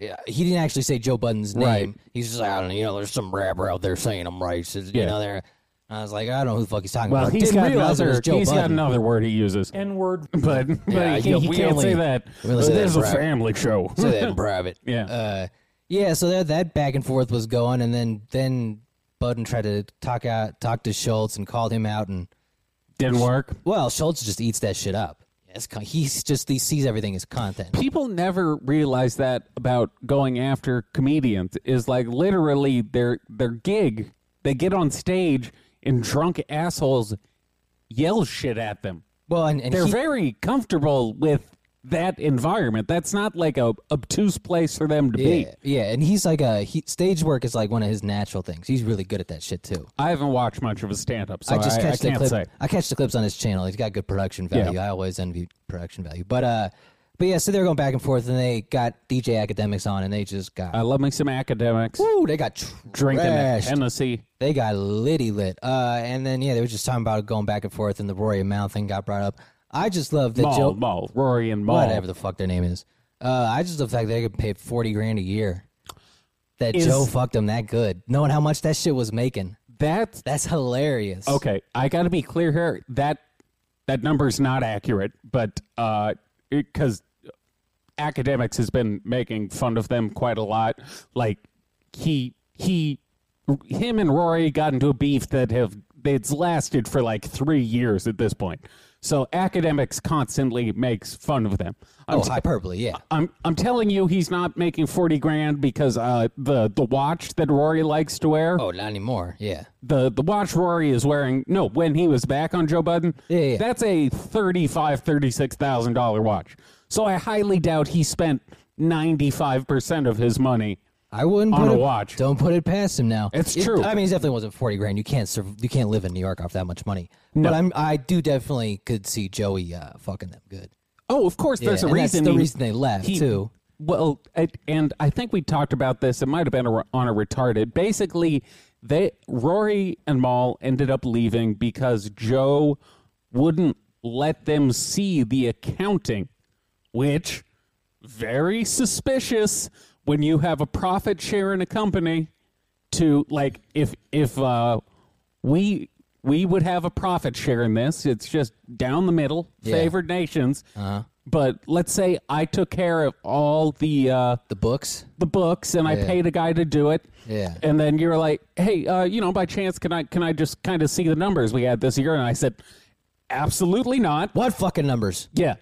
Speaker 1: yeah, he didn't actually say Joe Budden's name.
Speaker 2: Right.
Speaker 1: He's just like, I don't know, you know, there's some rapper out there saying I'm racist. You
Speaker 2: Yeah.
Speaker 1: know, there. I was like, I don't know who the fuck he's talking
Speaker 2: Well,
Speaker 1: about.
Speaker 2: he's
Speaker 1: Didn't
Speaker 2: got
Speaker 1: realize it
Speaker 2: another.
Speaker 1: was Joe
Speaker 2: he's got
Speaker 1: Budden.
Speaker 2: another word he uses. N word, but, but
Speaker 1: Yeah,
Speaker 2: he,
Speaker 1: yeah,
Speaker 2: he
Speaker 1: we
Speaker 2: can't
Speaker 1: only-
Speaker 2: say that.
Speaker 1: we only say that
Speaker 2: There's
Speaker 1: in
Speaker 2: a
Speaker 1: private.
Speaker 2: family show.
Speaker 1: Say that in private.
Speaker 2: Yeah.
Speaker 1: Uh, yeah. So that that back and forth was going, and then then Budden tried to talk out talk to Schultz and called him out, and
Speaker 2: Didn't work.
Speaker 1: well, Schultz just eats that shit up. It's con- he's just he sees everything as content.
Speaker 2: People never realize that about going after comedians is like literally their their gig. They get on stage and drunk assholes yell shit at them.
Speaker 1: Well, and, and
Speaker 2: They're
Speaker 1: he-
Speaker 2: very comfortable with that environment. That's not like a obtuse place for them to be.
Speaker 1: Yeah, yeah, and he's like a he, stage work is like one of his natural things. He's really good at that shit too.
Speaker 2: I haven't watched much of his stand up, so I,
Speaker 1: I just
Speaker 2: I,
Speaker 1: catch the
Speaker 2: can't
Speaker 1: clip.
Speaker 2: say.
Speaker 1: I catch the clips on his channel. He's got good production value. I always envy production value. But uh, but yeah, so they're going back and forth, and they got DJ Academics on, and they just got
Speaker 2: I love me some academics
Speaker 1: woo, they got
Speaker 2: Uh, drinking
Speaker 1: trashed.
Speaker 2: Hennessy.
Speaker 1: They got litty lit. Uh, and then yeah, they were just talking about going back and forth, and the Rory and Mal thing got brought up. I just love that
Speaker 2: Maul,
Speaker 1: Joe,
Speaker 2: Maul, Rory and Maul.
Speaker 1: whatever the fuck their name is. Uh, I just love the fact they get paid forty grand a year. That
Speaker 2: Is-
Speaker 1: Joe fucked him that good, knowing how much that shit was making.
Speaker 2: That's
Speaker 1: That's hilarious.
Speaker 2: okay. I got to be clear here. That that number's not accurate, but uh, because academics has been making fun of them quite a lot. Like he he him and Rory got into a beef that have it's lasted for like three years at this point. So academics constantly makes fun of them. I'm
Speaker 1: Oh, hyperbole. Yeah.
Speaker 2: I'm I'm telling you, he's not making forty grand because uh, the the watch that Rory likes to wear,
Speaker 1: Oh, not anymore. Yeah.
Speaker 2: the the watch Rory is wearing. No, when he was back on Joe Budden,
Speaker 1: Yeah, yeah.
Speaker 2: that's a thirty five thirty six thousand dollar watch. So I highly doubt he spent ninety five percent of his money.
Speaker 1: I wouldn't
Speaker 2: On
Speaker 1: put
Speaker 2: a
Speaker 1: it,
Speaker 2: watch.
Speaker 1: Don't put it past him now.
Speaker 2: It's
Speaker 1: It-
Speaker 2: true.
Speaker 1: I mean, it definitely wasn't forty grand. You can't serve, you can't live in New York off that much money.
Speaker 2: No.
Speaker 1: But I'm I do definitely could see Joey uh, fucking them good.
Speaker 2: Oh, of course, there's
Speaker 1: Yeah,
Speaker 2: a
Speaker 1: and that's
Speaker 2: reason.
Speaker 1: the
Speaker 2: he-
Speaker 1: reason they left, too.
Speaker 2: Well, I, and I think we talked about this. It might have been a, on a retarded. Basically, they Rory and Maul ended up leaving because Joe wouldn't let them see the accounting, which very suspicious when you have a profit share in a company. To like, if if uh, we we would have a profit share in this. It's just down the middle,
Speaker 1: Yeah.
Speaker 2: favored nations.
Speaker 1: Uh-huh.
Speaker 2: But let's say I took care of all the uh,
Speaker 1: The books.
Speaker 2: the books and I
Speaker 1: Yeah.
Speaker 2: paid a guy to do it.
Speaker 1: Yeah.
Speaker 2: And then you're like, hey, uh, you know, by chance, can I can I just kind of see the numbers we had this year? And I said, absolutely not.
Speaker 1: What fucking numbers?
Speaker 2: Yeah.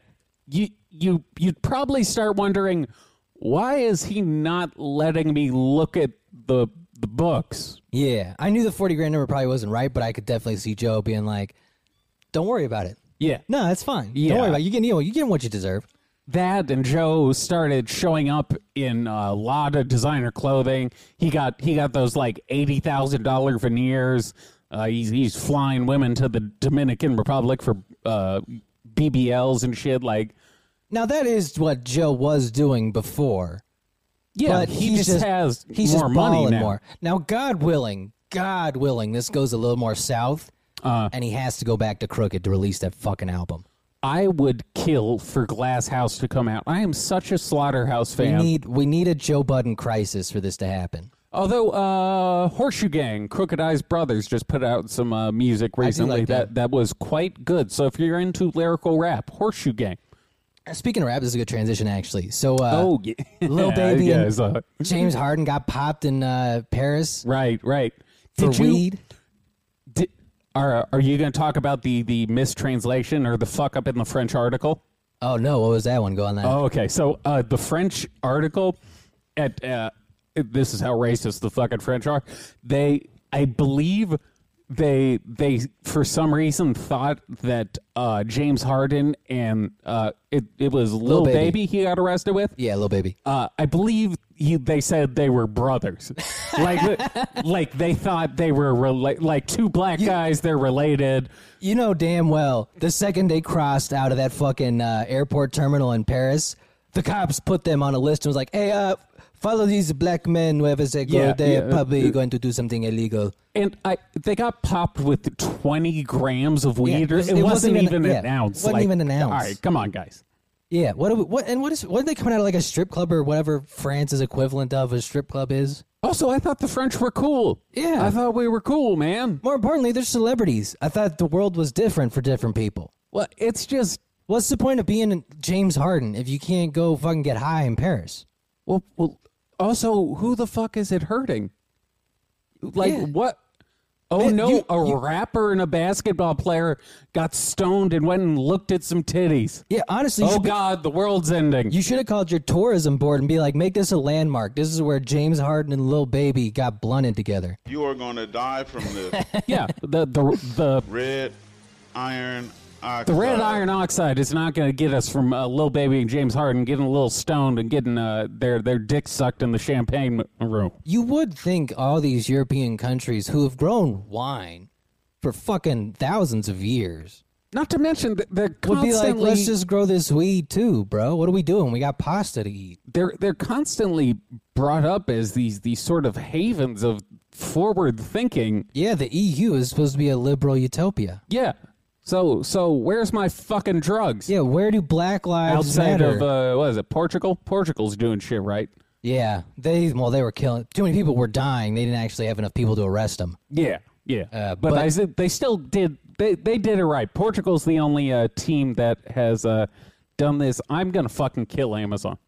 Speaker 2: You you you'd probably start wondering why is he not letting me look at the the books?
Speaker 1: Yeah, I knew the forty grand number probably wasn't right, but I could definitely see Joe being like, "Don't worry about it.
Speaker 2: Yeah.
Speaker 1: No, it's fine.
Speaker 2: Yeah.
Speaker 1: Don't worry about it. You getting you know, you getting what you deserve."
Speaker 2: That and Joe started showing up in a lot of designer clothing. He got he got those like eighty thousand dollar veneers. Uh, he's he's flying women to the Dominican Republic for uh, BBLs and shit. Like,
Speaker 1: Now that is what Joe was doing before,
Speaker 2: yeah,
Speaker 1: but
Speaker 2: he
Speaker 1: he's
Speaker 2: just, has
Speaker 1: he's
Speaker 2: more
Speaker 1: just
Speaker 2: money
Speaker 1: balling
Speaker 2: now.
Speaker 1: More. Now, God willing, God willing, this goes a little more south,
Speaker 2: Uh.
Speaker 1: and he has to go back to Crooked to release that fucking album.
Speaker 2: I would kill for Glass House to come out. I am such a Slaughterhouse fan.
Speaker 1: We need we need a Joe Budden crisis for this to happen.
Speaker 2: Although uh, Horseshoe Gang, Crooked Eyes Brothers, just put out some uh, music recently
Speaker 1: like
Speaker 2: that. that was quite good. So if you're into lyrical rap, Horseshoe Gang.
Speaker 1: Speaking of rap, this is a good transition actually. So, uh,
Speaker 2: oh, yeah.
Speaker 1: Lil Baby
Speaker 2: yeah,
Speaker 1: and-
Speaker 2: it's, uh,
Speaker 1: James Harden got popped in uh, Paris
Speaker 2: right, right.
Speaker 1: for
Speaker 2: Did you?
Speaker 1: weed.
Speaker 2: Did, are are you going to talk about the the mistranslation or the fuck up in the French article?
Speaker 1: Oh no, what was that one? Go on that.
Speaker 2: Oh, okay. So uh, the French article at uh, this is how racist the fucking French are. They, I believe, they they for some reason thought that uh, James Harden and uh, it it was Lil,
Speaker 1: Baby.
Speaker 2: Baby. he got arrested with.
Speaker 1: Yeah, little baby.
Speaker 2: Uh, I believe he, they said they were brothers, like like they thought they were rela- like two black guys. They're related.
Speaker 1: You know damn well the second they crossed out of that fucking uh, airport terminal in Paris, the cops put them on a list and was like, "Hey, uh, follow these black men wherever they go.
Speaker 2: Yeah,
Speaker 1: they're
Speaker 2: yeah. uh,
Speaker 1: probably going to do something illegal."
Speaker 2: And I, they got popped with twenty grams of
Speaker 1: Yeah,
Speaker 2: weed. or,
Speaker 1: it
Speaker 2: it,
Speaker 1: wasn't
Speaker 2: wasn't,
Speaker 1: even-
Speaker 2: even
Speaker 1: yeah,
Speaker 2: an ounce.
Speaker 1: wasn't
Speaker 2: like-
Speaker 1: even an ounce.
Speaker 2: All right, come on, guys.
Speaker 1: Yeah. What? do we- What? And what is? What are they coming out of like a strip club or whatever France's equivalent of a strip club is?
Speaker 2: Also, I thought the French were cool.
Speaker 1: Yeah.
Speaker 2: I thought we were cool, man.
Speaker 1: More importantly, they're celebrities. I thought the world was different for different people.
Speaker 2: Well, it's just
Speaker 1: What's the point of being James Harden if you can't go fucking get high in Paris?
Speaker 2: well, well. Also, who the fuck is it hurting? Like
Speaker 1: Yeah.
Speaker 2: what? Oh
Speaker 1: Man,
Speaker 2: no,
Speaker 1: you-
Speaker 2: a
Speaker 1: you-
Speaker 2: rapper and a basketball player got stoned and went and looked at some titties.
Speaker 1: Yeah, honestly, you
Speaker 2: Oh
Speaker 1: should be-
Speaker 2: God, the world's ending.
Speaker 1: You should have called your tourism board and be like, make this a landmark. This is where James Harden and Lil Baby got blunted together.
Speaker 5: You are going to die from this
Speaker 2: yeah, the the the
Speaker 5: red iron oxide.
Speaker 2: The red iron oxide is not going to get us from uh, Lil Baby and James Harden getting a little stoned and getting uh, their their dick sucked in the champagne m- room.
Speaker 1: You would think all these European countries who have grown wine for fucking thousands of years
Speaker 2: Not to mention that they're
Speaker 1: would be
Speaker 2: constantly
Speaker 1: like, let's just grow this weed too, bro. What are we doing? We got pasta to eat.
Speaker 2: they're they're constantly brought up as these these sort of havens of forward thinking.
Speaker 1: Yeah, the EU is supposed to be a liberal utopia.
Speaker 2: Yeah. So so where's my fucking drugs?
Speaker 1: Yeah, where do black lives
Speaker 2: Outside
Speaker 1: matter?
Speaker 2: of uh, what is it? Portugal. Portugal's doing shit right.
Speaker 1: yeah, they well they were killing too many people were dying. They didn't actually have enough people to arrest them.
Speaker 2: Yeah, yeah.
Speaker 1: Uh,
Speaker 2: but
Speaker 1: but-
Speaker 2: I said they still did. They they did it right. Portugal's the only uh, team that has uh, done this. I'm gonna fucking kill Amazon.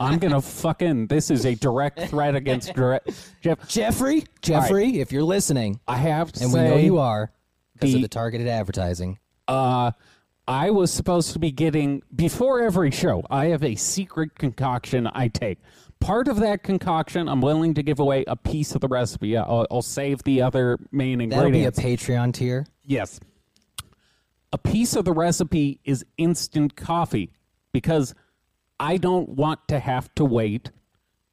Speaker 2: I'm gonna fucking. This is a direct threat against direct. Jeff,
Speaker 1: Jeffrey, Jeffrey, if you're listening,
Speaker 2: I have to
Speaker 1: and
Speaker 2: say,
Speaker 1: we know you are because of
Speaker 2: the-
Speaker 1: the targeted advertising.
Speaker 2: Uh, I was supposed to be getting before every show. I have a secret concoction I take. Part of that concoction, I'm willing to give away a piece of the recipe. I'll, I'll save the other main
Speaker 1: That'll
Speaker 2: ingredients.
Speaker 1: be a Patreon tier.
Speaker 2: Yes. A piece of the recipe is instant coffee because I don't want to have to wait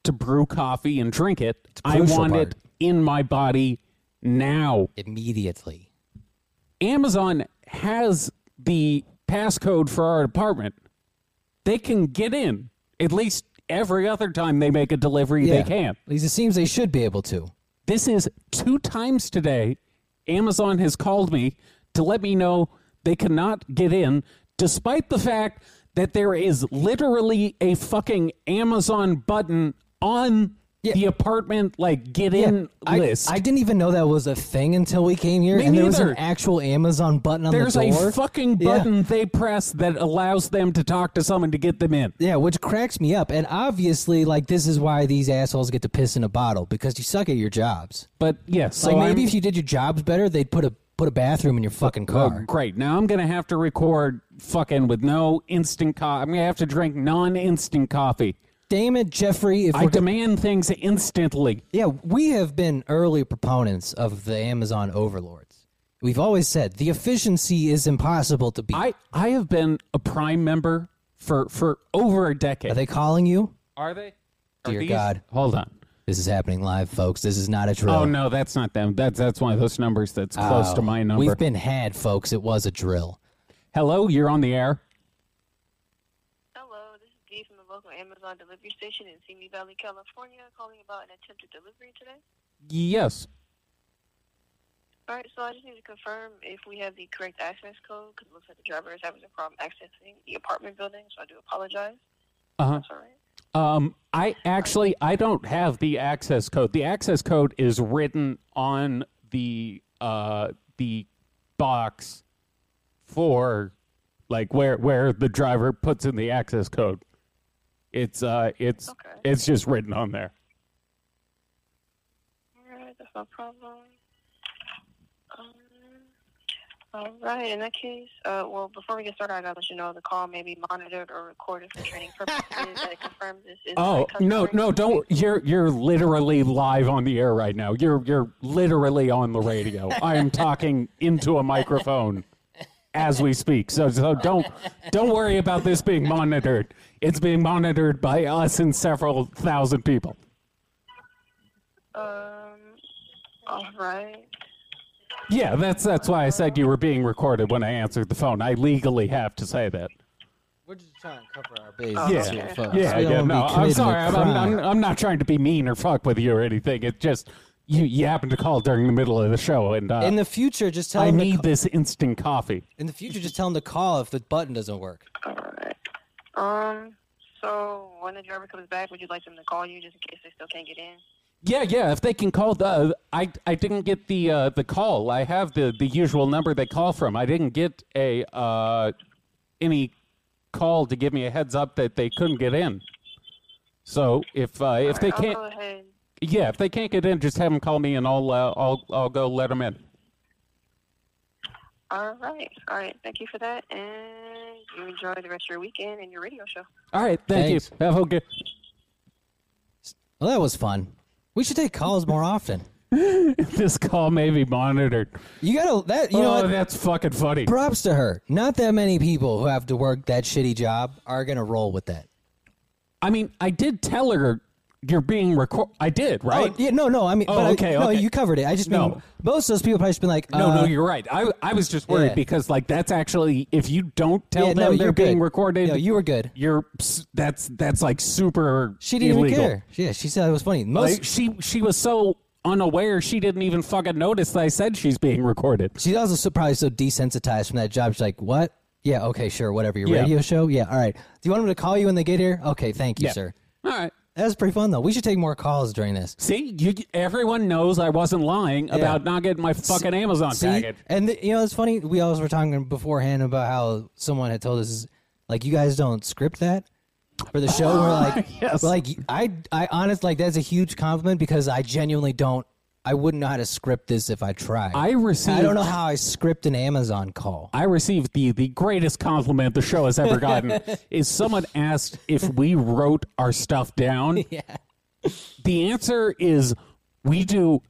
Speaker 2: to brew coffee and drink it. I
Speaker 1: crucial
Speaker 2: want
Speaker 1: part.
Speaker 2: it in my body now.
Speaker 1: Immediately.
Speaker 2: Amazon has the passcode for our apartment. They can get in. At least every other time they make a delivery, they can.
Speaker 1: At least it seems they should be able to.
Speaker 2: This is two times today. Amazon has called me to let me know they cannot get in, despite the fact that there is literally a fucking Amazon button on
Speaker 1: Yeah.
Speaker 2: the apartment like get
Speaker 1: Yeah,
Speaker 2: in
Speaker 1: I,
Speaker 2: list.
Speaker 1: I didn't even know that was a thing until we came here,
Speaker 2: Me
Speaker 1: and there was an
Speaker 2: neither.
Speaker 1: actual Amazon button on
Speaker 2: There's
Speaker 1: the door.
Speaker 2: a fucking
Speaker 1: Yeah.
Speaker 2: button they press that allows them to talk to someone to get them in.
Speaker 1: Yeah, which cracks me up. And obviously, like, this is why these assholes get to piss in a bottle because you suck at your jobs.
Speaker 2: But yeah, so
Speaker 1: like, maybe
Speaker 2: I'm-
Speaker 1: if you did your jobs better, they'd put a put a bathroom in your fucking car.
Speaker 2: Oh, great. Now I'm gonna have to record fucking with no instant coffee. I'm gonna have to drink non-instant coffee.
Speaker 1: Damn it, Jeffrey! If
Speaker 2: I
Speaker 1: we're go-
Speaker 2: demand things instantly.
Speaker 1: yeah, we have been early proponents of the Amazon overlords. We've always said the efficiency is impossible to beat.
Speaker 2: I I have been a Prime member for for over a decade.
Speaker 1: Are they calling you?
Speaker 2: Are they?
Speaker 1: Dear God.
Speaker 2: Hold on.
Speaker 1: This is happening live, folks. This is not a drill.
Speaker 2: Oh no, that's not them. That's that's one of those numbers that's close to my number.
Speaker 1: Oh. We've been had, folks. It was a drill.
Speaker 2: Hello, you're on the air.
Speaker 6: Hello, this is Dee from the local Amazon delivery station in Simi Valley, California, calling about an attempted delivery today.
Speaker 2: Yes.
Speaker 6: All right, so I just need to confirm if we have the correct access code because it looks like the driver is having a problem accessing the apartment building, so I do apologize.
Speaker 2: Uh-huh.
Speaker 6: That's all right.
Speaker 2: Um, I actually I don't have the access code. The access code is written on the uh the box for like where where the driver puts in the access code. It's uh it's
Speaker 6: Okay.
Speaker 2: it's just written on there.
Speaker 6: All right, that's no problem. Um, all right, in that case, uh, well, before we get started, I gotta let you know the call may be monitored or recorded for training purposes. I confirm this is. the
Speaker 2: Oh
Speaker 6: right customer.
Speaker 2: no no don't you're you're literally live on the air right now. You're you're literally on the radio. I am talking into a microphone as we speak. So so don't don't worry about this being monitored. It's being monitored by us and several thousand people.
Speaker 6: Um, all right.
Speaker 2: Yeah, that's that's why I said you were being recorded when I answered the phone. I legally have to say that.
Speaker 1: We're just trying to cover our bases
Speaker 2: Yeah,
Speaker 1: here, folks.
Speaker 2: yeah,
Speaker 1: We don't wanna be
Speaker 2: yeah. No, I'm
Speaker 1: committing a
Speaker 2: sorry. I'm, I'm,
Speaker 1: crime.
Speaker 2: I'm, I'm not trying to be mean or fuck with you or anything. It just you you happened to call during the middle of the show, and uh,
Speaker 1: in the future, just tell
Speaker 2: I
Speaker 1: them to
Speaker 2: need
Speaker 1: ca-
Speaker 2: this instant coffee.
Speaker 1: in the future, just tell them to call if the button doesn't work.
Speaker 6: Alright. Um, so when the driver comes back, would you like them to call you just in case they still can't get in?
Speaker 2: Yeah, yeah. If they can call the, uh, I I didn't get the uh, the call. I have the the usual number they call from. I didn't get a uh, any call to give me a heads up that they couldn't get in. So if uh, if they
Speaker 6: I'll
Speaker 2: can't,
Speaker 6: go ahead.
Speaker 2: yeah, if they can't get in, just have them call me, and I'll uh, I'll I'll go let them in.
Speaker 6: Alright, alright. Thank you for that, and you enjoy the rest of your weekend and your radio show.
Speaker 2: All right, thank
Speaker 1: Thanks.
Speaker 2: you. Have a good.
Speaker 1: Well, that was fun. We should take calls more often.
Speaker 2: This call may be monitored.
Speaker 1: You gotta that you know
Speaker 2: oh,
Speaker 1: what?
Speaker 2: that's fucking funny.
Speaker 1: Props to her. Not that many people who have to work that shitty job are gonna roll with that.
Speaker 2: I mean, I did tell her you're being recorded. I did, right?
Speaker 1: Oh, yeah, no, no. I mean,
Speaker 2: Oh,
Speaker 1: but I-
Speaker 2: okay,
Speaker 1: no,
Speaker 2: okay.
Speaker 1: you covered it. I just mean
Speaker 2: No.
Speaker 1: most of those people probably just been like,
Speaker 2: No,
Speaker 1: uh,
Speaker 2: no, you're right. I, I was just worried
Speaker 1: yeah.
Speaker 2: because like that's actually if you don't tell
Speaker 1: Yeah, no,
Speaker 2: them
Speaker 1: you're
Speaker 2: they're being
Speaker 1: good.
Speaker 2: recorded,
Speaker 1: No, you were good.
Speaker 2: You're s- that's that's like super.
Speaker 1: She didn't
Speaker 2: illegal.
Speaker 1: even care. Yeah, she said it was funny. Most
Speaker 2: Like, she she was so unaware she didn't even fucking notice that I said she's being recorded.
Speaker 1: She's also so, probably so desensitized from that job. She's like, what? Yeah, okay, sure, whatever. Your
Speaker 2: Yeah.
Speaker 1: radio show? Yeah, all right. Do you want them to call you when they get here? Okay, thank you,
Speaker 2: Yeah.
Speaker 1: sir.
Speaker 2: All right.
Speaker 1: That was pretty fun, though. We should take more calls during this.
Speaker 2: See, you everyone knows I wasn't lying about not getting my fucking Amazon
Speaker 1: See?
Speaker 2: package.
Speaker 1: And, th- you know, it's funny. We always were talking beforehand about how someone had told us, like, you guys don't script that for the show. we're like,
Speaker 2: Yes.
Speaker 1: we're like I, I honest, like, that's a huge compliment because I genuinely don't, I wouldn't know how to script this if I tried.
Speaker 2: I received.
Speaker 1: I don't know how I script an Amazon call.
Speaker 2: I received the, the greatest compliment the show has ever gotten is someone asked if we wrote our stuff down. Yeah. The answer is we do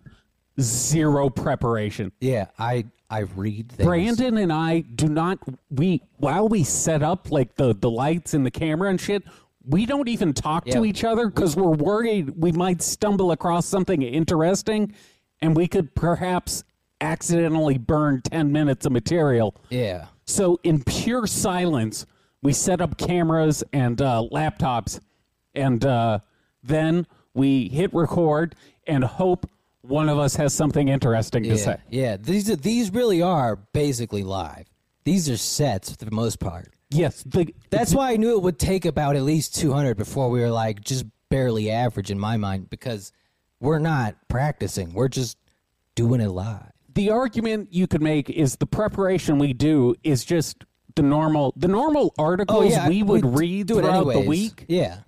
Speaker 2: zero preparation.
Speaker 1: Yeah, I I read things.
Speaker 2: Brandon and I do not we while we set up like the, the lights and the camera and shit, we don't even talk
Speaker 1: Yeah.
Speaker 2: to each other because we're worried we might stumble across something interesting and we could perhaps accidentally burn ten minutes of material.
Speaker 1: Yeah.
Speaker 2: So in pure silence, we set up cameras and uh, laptops, and uh, then we hit record and hope one of us has something interesting to
Speaker 1: Yeah,
Speaker 2: say.
Speaker 1: yeah. These are, these really are basically live. These are sets for the most part.
Speaker 2: Yes, the,
Speaker 1: That's why I knew it would take about at least 200 before we were like, just barely average in my mind because we're not practicing. We're just doing it live.
Speaker 2: the argument you could make is the preparation we do is just the normal the normal
Speaker 1: Oh,
Speaker 2: articles we would read throughout the week.
Speaker 1: Yeah.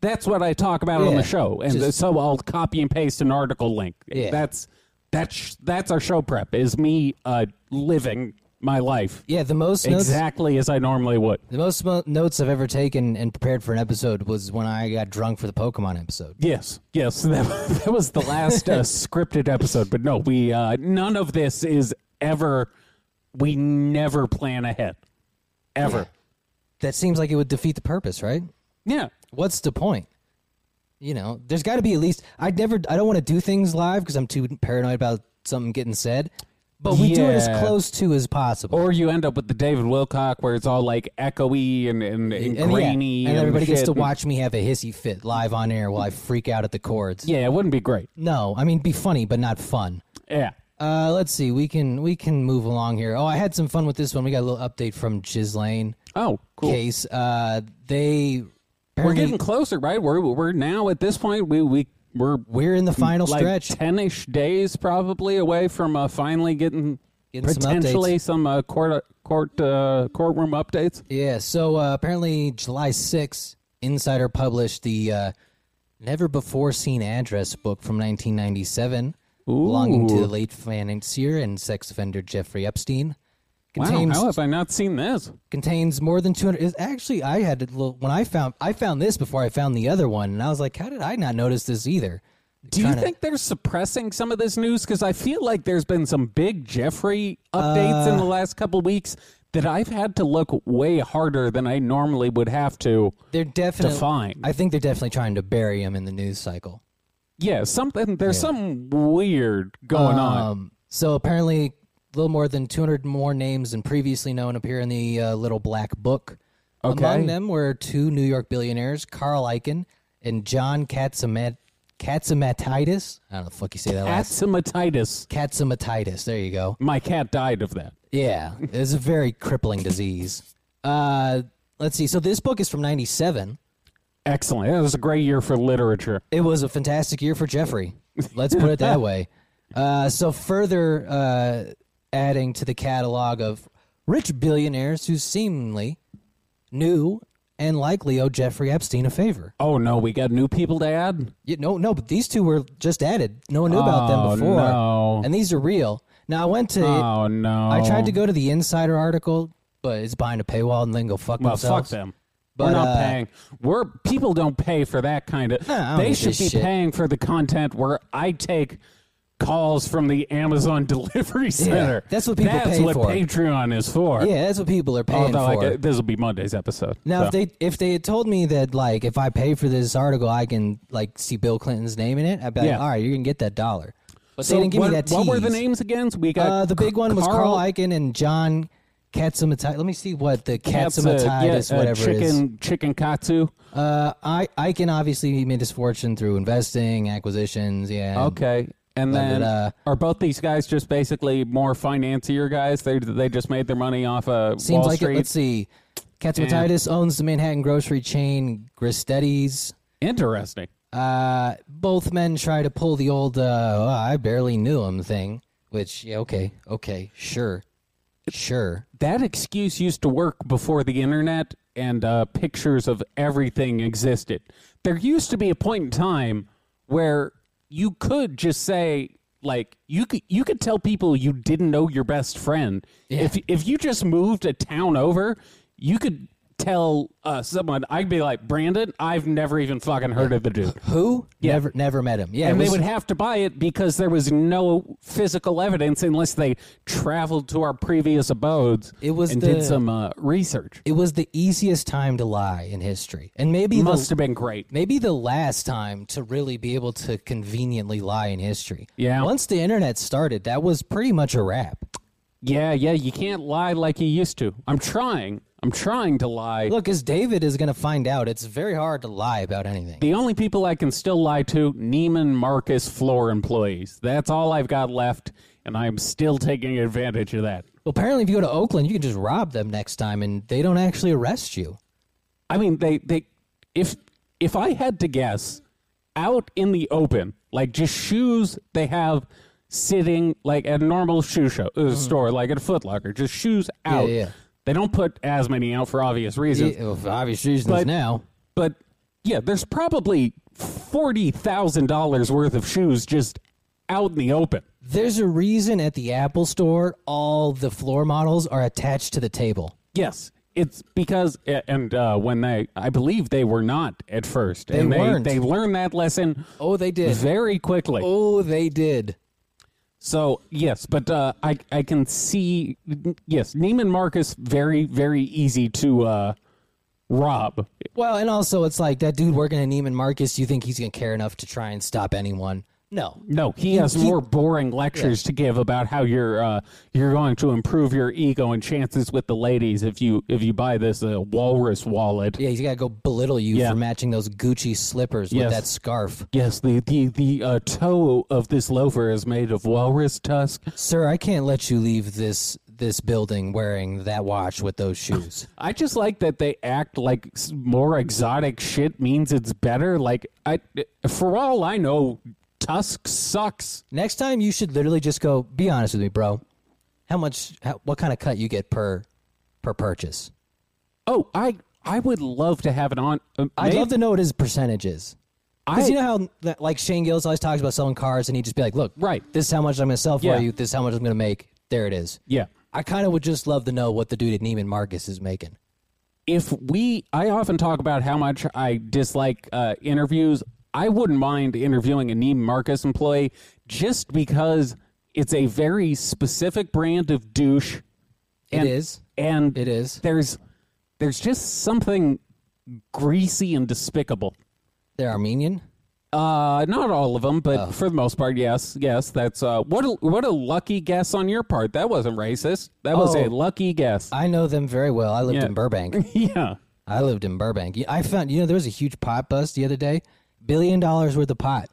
Speaker 2: That's what I talk about on
Speaker 1: Yeah,
Speaker 2: the show, and
Speaker 1: just-
Speaker 2: so I'll copy and paste an article link.
Speaker 1: Yeah.
Speaker 2: That's that's that's our show prep. Is me uh, living my life
Speaker 1: Yeah, the most notes
Speaker 2: exactly as I normally would.
Speaker 1: the most mo- notes I've ever taken and prepared for an episode was when I got drunk for the Pokemon episode.
Speaker 2: Yes, yes, that, that was the last uh, scripted episode. But no, we uh, none of this is ever. We never plan ahead, ever.
Speaker 1: That seems like it would defeat the purpose, right?
Speaker 2: Yeah,
Speaker 1: What's the point? You know, there's got to be at least I never I don't want to do things live because I'm too paranoid about something getting said. But we do it as
Speaker 2: Yeah.
Speaker 1: close to as possible.
Speaker 2: Or you end up with the David Wilcock where it's all like echoey and, and, and,
Speaker 1: yeah,
Speaker 2: grainy.
Speaker 1: and everybody gets
Speaker 2: shit.
Speaker 1: to watch me have a hissy fit live on air while I freak out at the chords.
Speaker 2: Yeah, it wouldn't be great.
Speaker 1: No, I mean be funny, but not fun.
Speaker 2: Yeah.
Speaker 1: Uh, let's see. We can we can move along here. Oh, I had some fun with this one. We got a little update from Gislane
Speaker 2: Oh, cool.
Speaker 1: case. Uh, they
Speaker 2: We're getting closer, right? We're, we're now at this point, we, we, we're
Speaker 1: we're in the final
Speaker 2: like
Speaker 1: stretch.
Speaker 2: 10 ish days probably away from uh, finally getting,
Speaker 1: Getting some
Speaker 2: potentially some, uh, court, court, uh, courtroom updates.
Speaker 1: Yeah, so uh, apparently July 6th, Insider published the uh, never before seen address book from 1997, belonging to
Speaker 2: Ooh.
Speaker 1: the late financier and sex offender Jeffrey Epstein.
Speaker 2: Wow,
Speaker 1: Contains
Speaker 2: how have I not seen this?
Speaker 1: contains more than 200 is actually I had a little when I found I found this before I found the other one and I was like how did I not notice this either?
Speaker 2: Do you
Speaker 1: Kinda-
Speaker 2: think they're suppressing some of this news? Because I feel like there's been some big Jeffrey updates
Speaker 1: Uh,
Speaker 2: in the last couple weeks that I've had to look way harder than I normally would have to.
Speaker 1: they're definitely
Speaker 2: Define.
Speaker 1: I think they're definitely trying to bury him in the news cycle.
Speaker 2: Yeah, something there's something weird going on.
Speaker 1: Um, so apparently, a little more than 200 more names than previously known appear in the uh, little black book.
Speaker 2: Okay.
Speaker 1: Among them were two New York billionaires, Carl Icahn and John Katzimat- Katzimatidis. I don't know the fuck you say that last.
Speaker 2: Atzimatitis.
Speaker 1: Katzimatidis. There you go.
Speaker 2: My cat died of that.
Speaker 1: Yeah, it's a very crippling disease. Uh, let's see. So this book is from 97.
Speaker 2: Excellent. That was a great year for literature.
Speaker 1: It was a fantastic year for Jeffrey. Let's put it that way. Uh, so, further uh, adding to the catalog of rich billionaires who seemingly knew and likely owe Jeffrey Epstein a favor.
Speaker 2: Oh no, we got new people to add.
Speaker 1: You, no, no, but these two were just added. No one knew about them
Speaker 2: Oh,
Speaker 1: before,
Speaker 2: no.
Speaker 1: and these are real. Now, I went to.
Speaker 2: Oh no.
Speaker 1: I tried to go to the Insider article, but it's behind a paywall, and then go fuck
Speaker 2: Well, fuck
Speaker 1: themselves.
Speaker 2: them.
Speaker 1: But,
Speaker 2: We're not
Speaker 1: uh,
Speaker 2: paying. We're people don't pay for that kind of.
Speaker 1: I don't
Speaker 2: they
Speaker 1: give
Speaker 2: should
Speaker 1: this
Speaker 2: be
Speaker 1: shit.
Speaker 2: paying for the content where I take calls from the Amazon delivery center.
Speaker 1: that's what people
Speaker 2: That's
Speaker 1: pay
Speaker 2: what
Speaker 1: for.
Speaker 2: Patreon is for.
Speaker 1: Yeah, that's what people are paying
Speaker 2: Although
Speaker 1: for.
Speaker 2: like, this will be Monday's episode.
Speaker 1: Now,
Speaker 2: so.
Speaker 1: if they if they had told me that like if I pay for this article, I can like see Bill Clinton's name in it, I'd be like,
Speaker 2: Yeah.
Speaker 1: all right, you're gonna get that dollar. But
Speaker 2: So
Speaker 1: they didn't give
Speaker 2: what,
Speaker 1: me that. Tease.
Speaker 2: What were the names again? So we got
Speaker 1: Uh, the
Speaker 2: K-
Speaker 1: big one was Carl Icahn and John Katzimatidis. Let me see what the
Speaker 2: Katz, uh, yeah,
Speaker 1: Katzimatidis,
Speaker 2: uh,
Speaker 1: whatever it is.
Speaker 2: chicken, Chicken katsu.
Speaker 1: Uh, I Icahn obviously made his fortune through investing, acquisitions. Yeah.
Speaker 2: Okay. And
Speaker 1: But,
Speaker 2: then
Speaker 1: uh,
Speaker 2: are both these guys just basically more financier guys? They they just made their money off of
Speaker 1: Seems
Speaker 2: Wall
Speaker 1: like
Speaker 2: Street.
Speaker 1: it. Let's see. Katzimatidis owns the Manhattan grocery chain Gristetti's.
Speaker 2: Interesting.
Speaker 1: Uh, both men try to pull the old uh, "Oh, "I barely knew him" thing, which yeah, okay, okay, sure, sure.
Speaker 2: that excuse used to work before the internet and uh, pictures of everything existed. There used to be a point in time where you could just say, like, you could you could tell people you didn't know your best friend. If if you just moved a town over, you could tell uh, someone. I'd be like, Brandon, I've never even fucking heard of the dude.
Speaker 1: Who? Never, never met him. Yeah, it
Speaker 2: And
Speaker 1: was-
Speaker 2: they would have to buy it because there was no physical evidence unless they traveled to our previous abodes
Speaker 1: It was
Speaker 2: and
Speaker 1: the-
Speaker 2: did some uh, research.
Speaker 1: It was the easiest time to lie in history, and maybe
Speaker 2: It
Speaker 1: the,
Speaker 2: must have been great.
Speaker 1: maybe the last time to really be able to conveniently lie in history.
Speaker 2: Yeah.
Speaker 1: Once the internet started, that was pretty much a wrap.
Speaker 2: Yeah, yeah, you can't lie like you used to. I'm trying. I'm trying to lie.
Speaker 1: Look, as David is going to find out, it's very hard to lie about anything.
Speaker 2: The only people I can still lie to, Neiman Marcus floor employees. That's all I've got left, and I'm still taking advantage of that.
Speaker 1: Well, apparently, if you go to Oakland, you can just rob them next time, and they don't actually arrest you.
Speaker 2: I mean, they, they if if I had to guess, out in the open, like just shoes they have sitting like at a normal shoe show, uh, store, like at a Foot Locker, just shoes out.
Speaker 1: Mm-hmm. yeah.
Speaker 2: They don't put as many out for obvious reasons.
Speaker 1: Yeah, well, for obvious reasons
Speaker 2: But-
Speaker 1: now.
Speaker 2: But yeah, there's probably forty thousand dollars worth of shoes just out in the open.
Speaker 1: There's a reason at the Apple store all the floor models are attached to the table.
Speaker 2: Yes, it's because a- and uh, when they, I believe they were not at first,
Speaker 1: They
Speaker 2: and they
Speaker 1: weren't.
Speaker 2: they learned that lesson
Speaker 1: Oh, they did.
Speaker 2: very quickly.
Speaker 1: Oh, they did.
Speaker 2: So yes, but uh, I I can see yes Neiman Marcus very very easy to uh, rob.
Speaker 1: Well, and also it's like that dude working at Neiman Marcus, you think he's going to care enough to try and stop anyone? No.
Speaker 2: No, he has
Speaker 1: He-
Speaker 2: more boring lectures to give about how you're uh, you're going to improve your ego and chances with the ladies if you if you buy this uh, walrus wallet.
Speaker 1: Yeah, he's got to go belittle you
Speaker 2: Yeah.
Speaker 1: for matching those Gucci slippers
Speaker 2: Yes.
Speaker 1: with that scarf.
Speaker 2: Yes, the the the uh, toe of this loafer is made of walrus tusk.
Speaker 1: Sir, I can't let you leave this this building wearing that watch with those shoes.
Speaker 2: I just like that they act like s- more exotic shit means it's better. Like I, for all I know, Tusk sucks.
Speaker 1: Next time you should literally just go be honest with me, bro. How much how, what kind of cut you get per per purchase?
Speaker 2: Oh, I I would love to have it on. uh,
Speaker 1: I'd
Speaker 2: may-
Speaker 1: love to know what his percentage is. Because
Speaker 2: I-
Speaker 1: you know how that, like Shane Gillis always talks about selling cars, and he'd just be like, "Look,
Speaker 2: Right.
Speaker 1: This is how much I'm going to sell for
Speaker 2: Yeah.
Speaker 1: you. This is how much I'm going to make. There it is."
Speaker 2: Yeah.
Speaker 1: I kind of would just love to know what the dude at Neiman Marcus is making.
Speaker 2: If we, I often talk about how much I dislike uh, interviews. I wouldn't mind interviewing a Neiman Marcus employee just because it's a very specific brand of douche.
Speaker 1: it is.
Speaker 2: and
Speaker 1: It is.
Speaker 2: There's there's just something greasy and despicable.
Speaker 1: They're Armenian.
Speaker 2: Uh, not all of them, but for the most part, yes, yes. That's uh, what a, what a lucky guess on your part. That wasn't racist. That was a
Speaker 1: Oh.
Speaker 2: lucky guess.
Speaker 1: I know them very well. I lived
Speaker 2: Yeah.
Speaker 1: in Burbank.
Speaker 2: yeah,
Speaker 1: I lived in Burbank. Yeah, I found you know there was a huge pot bust the other day, billion dollars worth of pot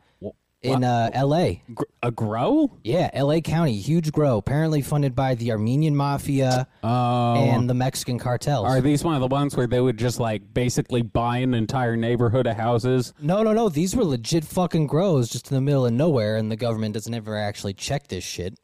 Speaker 1: in uh, L.A.
Speaker 2: Gr- a grow.
Speaker 1: Yeah, L.A. County, huge grow, apparently funded by the Armenian mafia and the Mexican cartels.
Speaker 2: Oh. Are these one of the ones where they would just like basically buy an entire neighborhood of houses?
Speaker 1: No, no, no. These were legit fucking grows just in the middle of nowhere, and the government doesn't ever actually check this shit.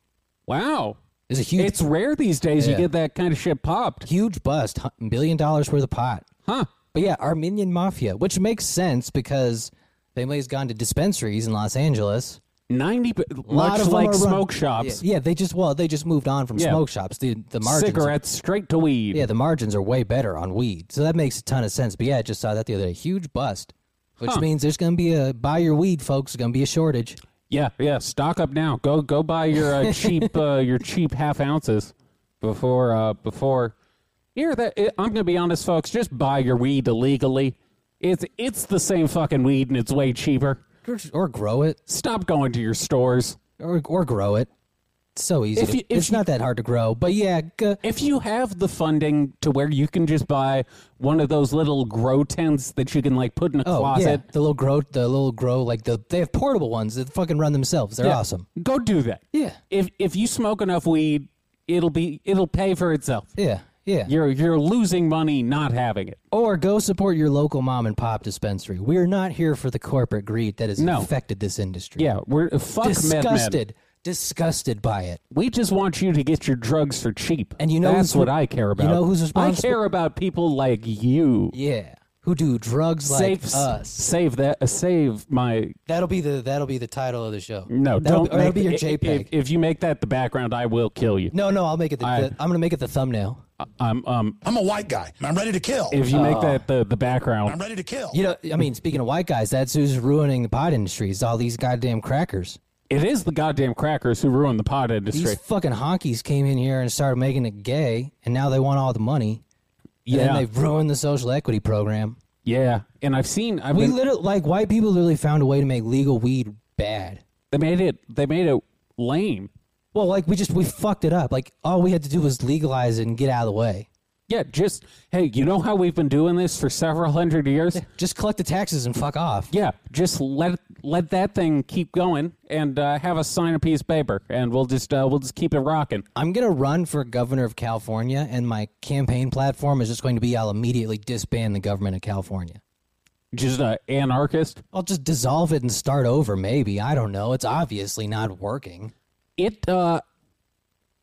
Speaker 2: Wow,
Speaker 1: There's a huge,
Speaker 2: it's rare these days you
Speaker 1: Yeah.
Speaker 2: get that kind of shit popped,
Speaker 1: huge bust, hu- billion dollars worth of pot.
Speaker 2: huh?
Speaker 1: But yeah, Armenian mafia, which makes sense because family's gone to dispensaries in Los Angeles.
Speaker 2: Ninety, p-
Speaker 1: A lot
Speaker 2: much
Speaker 1: of them
Speaker 2: like
Speaker 1: are run-
Speaker 2: smoke shops,
Speaker 1: Yeah, yeah, they just well, they just moved on from
Speaker 2: Yeah.
Speaker 1: smoke shops. The the margins,
Speaker 2: cigarettes straight to weed.
Speaker 1: yeah, the margins are way better on weed, so that makes a ton of sense. But yeah, I just saw that the other day, huge bust, which means there's gonna be a buy your weed, folks. There's gonna be a shortage.
Speaker 2: Yeah, yeah. Stock up now. Go go buy your uh, cheap uh, your cheap half ounces before uh, before. Here that it, I'm gonna be honest, folks. Just buy your weed illegally. It's it's the same fucking weed and it's way cheaper.
Speaker 1: Or- Or grow it.
Speaker 2: Stop going to your stores.
Speaker 1: or or grow it. It's so easy.
Speaker 2: If
Speaker 1: to-
Speaker 2: you- if
Speaker 1: it's
Speaker 2: you-
Speaker 1: not that hard to grow, but yeah, g-
Speaker 2: If you have the funding to where you can just buy one of those little grow tents that you can like put in a
Speaker 1: oh yeah,
Speaker 2: closet,
Speaker 1: the little grow, the little grow, like the they have portable ones that fucking run themselves. They're
Speaker 2: Yeah,
Speaker 1: awesome.
Speaker 2: Go do that.
Speaker 1: Yeah.
Speaker 2: If if you smoke enough weed, it'll be it'll pay for itself.
Speaker 1: Yeah, yeah.
Speaker 2: You're you're losing money not having it.
Speaker 1: or go support your local mom and pop dispensary. We are not here for the corporate greed that has
Speaker 2: No.
Speaker 1: affected this industry.
Speaker 2: Yeah, we're uh, fuck Med Med.
Speaker 1: disgusted, disgusted by it.
Speaker 2: We just want you to get your drugs for cheap.
Speaker 1: And you know
Speaker 2: that's
Speaker 1: who's-
Speaker 2: what I care about.
Speaker 1: you know who's
Speaker 2: I
Speaker 1: responsible-
Speaker 2: care about people like you.
Speaker 1: Yeah, who do drugs like
Speaker 2: save
Speaker 1: us?
Speaker 2: save that. Uh, save my
Speaker 1: That'll be the that'll be the title of the show.
Speaker 2: no.
Speaker 1: that'll,
Speaker 2: don't
Speaker 1: or that'll
Speaker 2: make-
Speaker 1: be your
Speaker 2: i- i-
Speaker 1: JPEG.
Speaker 2: If, if you make that the background, I will kill you.
Speaker 1: no, no, I'll make it. The,
Speaker 2: I-
Speaker 1: the- I'm gonna make it the thumbnail.
Speaker 2: Um, um,
Speaker 4: I'm a white guy. I'm ready to kill.
Speaker 2: if you
Speaker 1: Oh.
Speaker 2: make that the the background,
Speaker 4: I'm ready to kill.
Speaker 1: You know, I mean, speaking of white guys, that's who's ruining the pot industry is all these goddamn crackers.
Speaker 2: it is the goddamn crackers who ruined the pot
Speaker 1: These
Speaker 2: industry.
Speaker 1: fucking honkies came in here and started making it gay, and now they want all the money. And
Speaker 2: Yeah.
Speaker 1: then they've ruined the social equity program.
Speaker 2: yeah, and I've seen. I've
Speaker 1: We
Speaker 2: been,
Speaker 1: literally, like, white people literally found a way to make legal weed bad.
Speaker 2: they made it. They made it lame.
Speaker 1: Well, like, we just, we fucked it up. Like, all we had to do was legalize it and get out of the way.
Speaker 2: Yeah, just hey, you know how we've been doing this for several hundred years.
Speaker 1: Just collect the taxes and fuck off.
Speaker 2: Yeah, just let let that thing keep going, and uh, have us sign a piece of paper, and we'll just uh, we'll just keep it rocking.
Speaker 1: I'm going to run for governor of California, and my campaign platform is just going to be I'll immediately disband the government of California.
Speaker 2: Just an anarchist.
Speaker 1: I'll just dissolve it and start over, maybe. I don't know. It's obviously not working.
Speaker 2: It uh,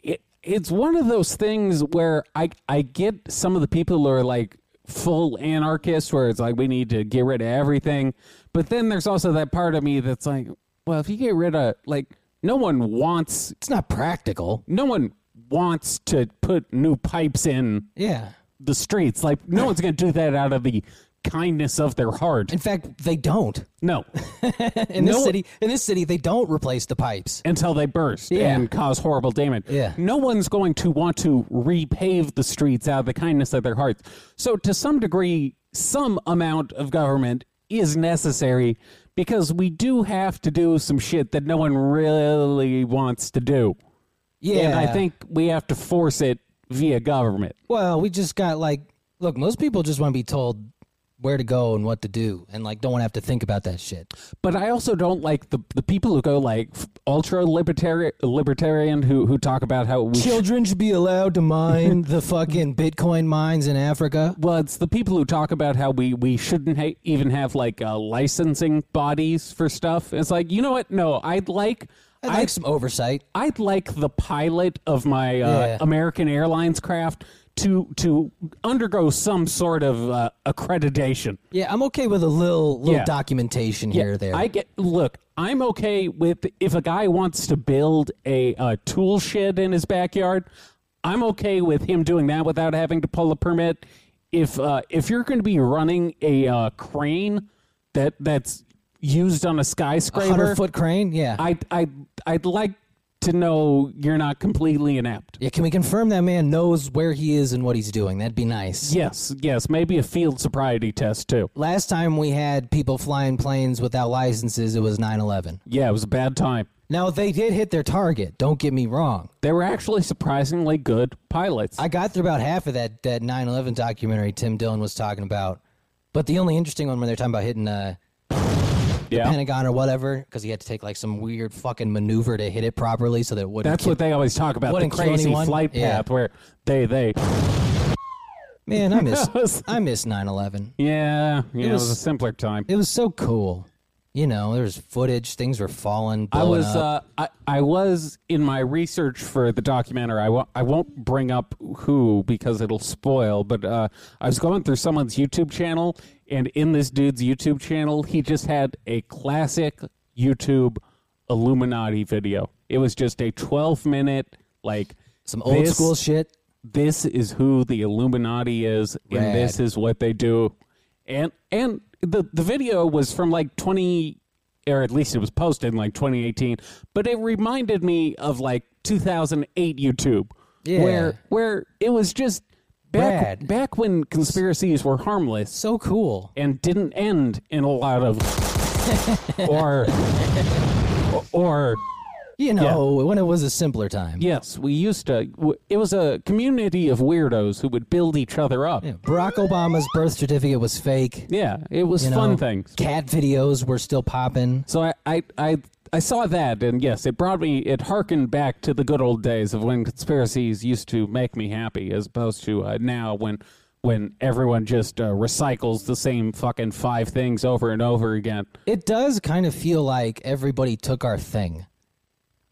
Speaker 2: it it's one of those things where I I get some of the people who are like full anarchists, where it's like we need to get rid of everything. But then there's also that part of me that's like, well, if you get rid of like, no one wants
Speaker 1: It's not practical.
Speaker 2: no one wants to put new pipes in
Speaker 1: Yeah.
Speaker 2: the streets. Like no one's gonna do that out of the kindness of their heart.
Speaker 1: In fact, they don't.
Speaker 2: No,
Speaker 1: In this
Speaker 2: No-
Speaker 1: city, in this city, they don't replace the pipes.
Speaker 2: until they burst
Speaker 1: Yeah.
Speaker 2: and cause horrible damage.
Speaker 1: Yeah.
Speaker 2: No one's going to want to repave the streets out of the kindness of their hearts. So to some degree, some amount of government is necessary because we do have to do some shit that no one really wants to do.
Speaker 1: Yeah.
Speaker 2: And I think we have to force it via government.
Speaker 1: Well, we just got like, look, most people just want to be told where to go and what to do, and like don't want to have to think about that shit.
Speaker 2: But I also don't like the the people who go like ultra libertarian libertarian who who talk about how we should-
Speaker 1: Children should be allowed to mine the fucking Bitcoin mines in Africa.
Speaker 2: well it's the people who talk about how we we shouldn't ha- even have like uh, licensing bodies for stuff. It's like you know what? No, I'd like.
Speaker 1: I like some oversight.
Speaker 2: I'd like the pilot of my uh,
Speaker 1: Yeah.
Speaker 2: American Airlines craft to to undergo some sort of uh, accreditation.
Speaker 1: Yeah, I'm okay with a little little
Speaker 2: Yeah.
Speaker 1: documentation here or there.
Speaker 2: I get look. I'm okay with if a guy wants to build a, a tool shed in his backyard. I'm okay with him doing that without having to pull a permit. If uh, if you're going to be running a uh, crane that that's used on a skyscraper,
Speaker 1: Hundred foot crane. Yeah.
Speaker 2: I I I'd like to know you're not completely inept.
Speaker 1: yeah. Can we confirm that man knows where he is and what he's doing? That'd be nice.
Speaker 2: Yes, yes, maybe a field sobriety test too.
Speaker 1: Last time we had people flying planes without licenses, it was 9/11.
Speaker 2: Yeah, it was a bad time.
Speaker 1: Now they did hit their target. Don't get me wrong.
Speaker 2: They were actually surprisingly good pilots.
Speaker 1: I got through about half of that that 9/11 documentary Tim Dillon was talking about, but the only interesting one when they're talking about hitting uh,
Speaker 2: yeah.
Speaker 1: Pentagon or whatever, because he had to take like some weird fucking maneuver to hit it properly so that it wouldn't.
Speaker 2: That's
Speaker 1: kill-
Speaker 2: what they always talk about the
Speaker 1: wouldn't kill
Speaker 2: crazy
Speaker 1: anyone.
Speaker 2: flight path
Speaker 1: Yeah.
Speaker 2: where they they
Speaker 1: man. I miss
Speaker 2: was-
Speaker 1: I miss 9/11.
Speaker 2: yeah, yeah it, was,
Speaker 1: was-
Speaker 2: a simpler time.
Speaker 1: It was so cool. You know, there was footage, things were falling.
Speaker 2: I
Speaker 1: blowing
Speaker 2: was
Speaker 1: up.
Speaker 2: uh, I, I was in my research for the documentary. I won't I won't bring up who because it'll spoil. But uh, I was going through someone's YouTube channel, and in this dude's YouTube channel, he just had a classic YouTube Illuminati video. It was just a twelve minute like
Speaker 1: some old
Speaker 2: this-
Speaker 1: school shit.
Speaker 2: this is who the Illuminati is,
Speaker 1: Rad.
Speaker 2: and this is what they do. And and the the video was from like twenty, or at least it was posted in like twenty eighteen. But it reminded me of like two thousand eight YouTube,
Speaker 1: Yeah.
Speaker 2: where where it was just back
Speaker 1: Rad.
Speaker 2: back when conspiracies were harmless
Speaker 1: So cool.
Speaker 2: and didn't end in a lot of or or
Speaker 1: You know, when it was a simpler time.
Speaker 2: yes, we used to. w- It was a community of weirdos who would build each other up.
Speaker 1: Yeah, Barack Obama's birth certificate was fake.
Speaker 2: Yeah, it was
Speaker 1: you
Speaker 2: fun
Speaker 1: know.
Speaker 2: things.
Speaker 1: Cat videos were still popping.
Speaker 2: So I, I, I, I saw that, and yes, it brought me, it harkened back to the good old days of when conspiracies used to make me happy, as opposed to uh, now when, when everyone just uh, recycles the same fucking five things over and over again.
Speaker 1: It does kind of feel like everybody took our thing.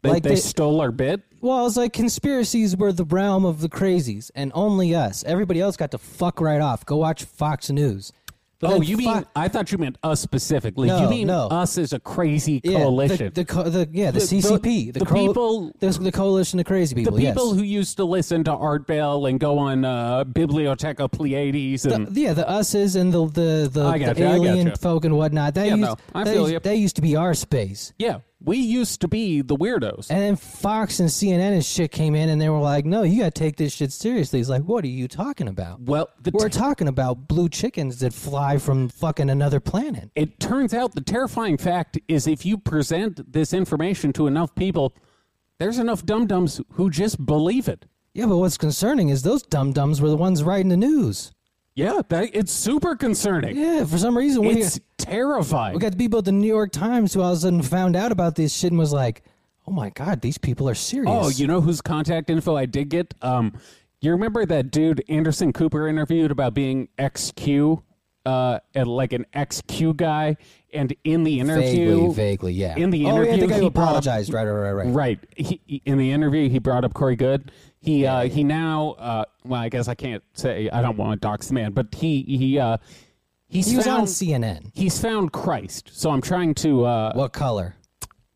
Speaker 2: They,
Speaker 1: Like
Speaker 2: they,
Speaker 1: they-
Speaker 2: stole our bit.
Speaker 1: Well, it's like conspiracies were the realm of the crazies, and only us. Everybody else got to fuck right off. Go watch Fox News. But
Speaker 2: Oh,
Speaker 1: then
Speaker 2: you mean?
Speaker 1: Fo-
Speaker 2: I thought you meant us specifically.
Speaker 1: No,
Speaker 2: you mean
Speaker 1: no.
Speaker 2: us as a crazy
Speaker 1: yeah,
Speaker 2: coalition?
Speaker 1: The, the, co- the, yeah, the,
Speaker 2: The- the-
Speaker 1: CCP. The,
Speaker 2: the
Speaker 1: cro-
Speaker 2: people-
Speaker 1: The, the coalition of crazy
Speaker 2: The
Speaker 1: people. yes.
Speaker 2: people who used to listen to Art Bell and go on uh, Biblioteca Pleiades and
Speaker 1: yeah, the us's and the the the,
Speaker 2: I gotcha,
Speaker 1: the
Speaker 2: I
Speaker 1: alien
Speaker 2: gotcha.
Speaker 1: folk and whatnot. That
Speaker 2: Yeah,
Speaker 1: used,
Speaker 2: no, I
Speaker 1: that
Speaker 2: feel
Speaker 1: used-
Speaker 2: you.
Speaker 1: that used to be our space.
Speaker 2: yeah, we used to be the weirdos.
Speaker 1: And then Fox and CNN and shit came in, and they were like, "No, you got to take this shit seriously." It's like, what are you talking about?
Speaker 2: Well, the
Speaker 1: We're
Speaker 2: t-
Speaker 1: talking about blue chickens that fly from fucking another planet.
Speaker 2: it turns out the terrifying fact is if you present this information to enough people, there's enough dum dums who just believe it.
Speaker 1: Yeah, but what's concerning is those dum dums were the ones writing the news.
Speaker 2: Yeah, that, it's super concerning.
Speaker 1: Yeah, for some reason we
Speaker 2: It's terrifying.
Speaker 1: we got the people at the New York Times who all of a sudden found out about this shit and was like, "Oh my god, these people are serious."
Speaker 2: Oh, you know whose contact info I did get? Um, you remember that dude Anderson Cooper interviewed about being XQ uh, and like an XQ guy, and in the interview,
Speaker 1: Vaguely, vaguely, yeah.
Speaker 2: in the
Speaker 1: oh, yeah, I
Speaker 2: interview,
Speaker 1: think I
Speaker 2: he brought up-
Speaker 1: apologized. Right, right, right, right.
Speaker 2: Right. He, he- in the interview, he brought up Corey Good. He uh, he now. Uh, well, I guess I can't say I don't want to dox the man, but he he uh, he's
Speaker 1: He was
Speaker 2: found
Speaker 1: on CNN.
Speaker 2: he's found Christ. So I'm trying to uh,
Speaker 1: What color?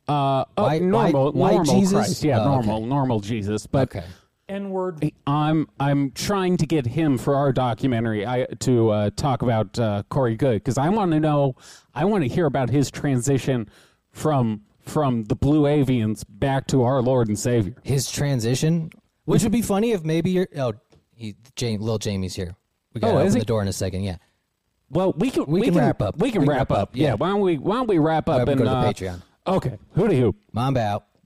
Speaker 2: uh, oh,
Speaker 1: White-
Speaker 2: normal
Speaker 1: white- white
Speaker 2: normal
Speaker 1: Jesus?
Speaker 2: Christ. Yeah,
Speaker 1: Oh,
Speaker 2: normal normal Jesus. But
Speaker 1: Okay.
Speaker 7: N-word.
Speaker 2: I'm I'm trying to get him for our documentary I, to uh, talk about uh, Corey Good because I want to know I want to hear about his transition from from the Blue Avians back to our Lord and Savior.
Speaker 1: His transition, which would be funny if maybe you're. Oh, he, Jam little Jamie's here. We got to
Speaker 2: Oh, is
Speaker 1: open
Speaker 2: he?
Speaker 1: the door in a second. Yeah.
Speaker 2: Well, we can
Speaker 1: We can wrap up.
Speaker 2: We can wrap up. Yeah. Why don't we Why don't we wrap
Speaker 1: Why don't
Speaker 2: up
Speaker 1: we
Speaker 2: and
Speaker 1: go to the
Speaker 2: uh,
Speaker 1: Patreon?
Speaker 2: Okay. Hooty hoo.
Speaker 1: Mamba out.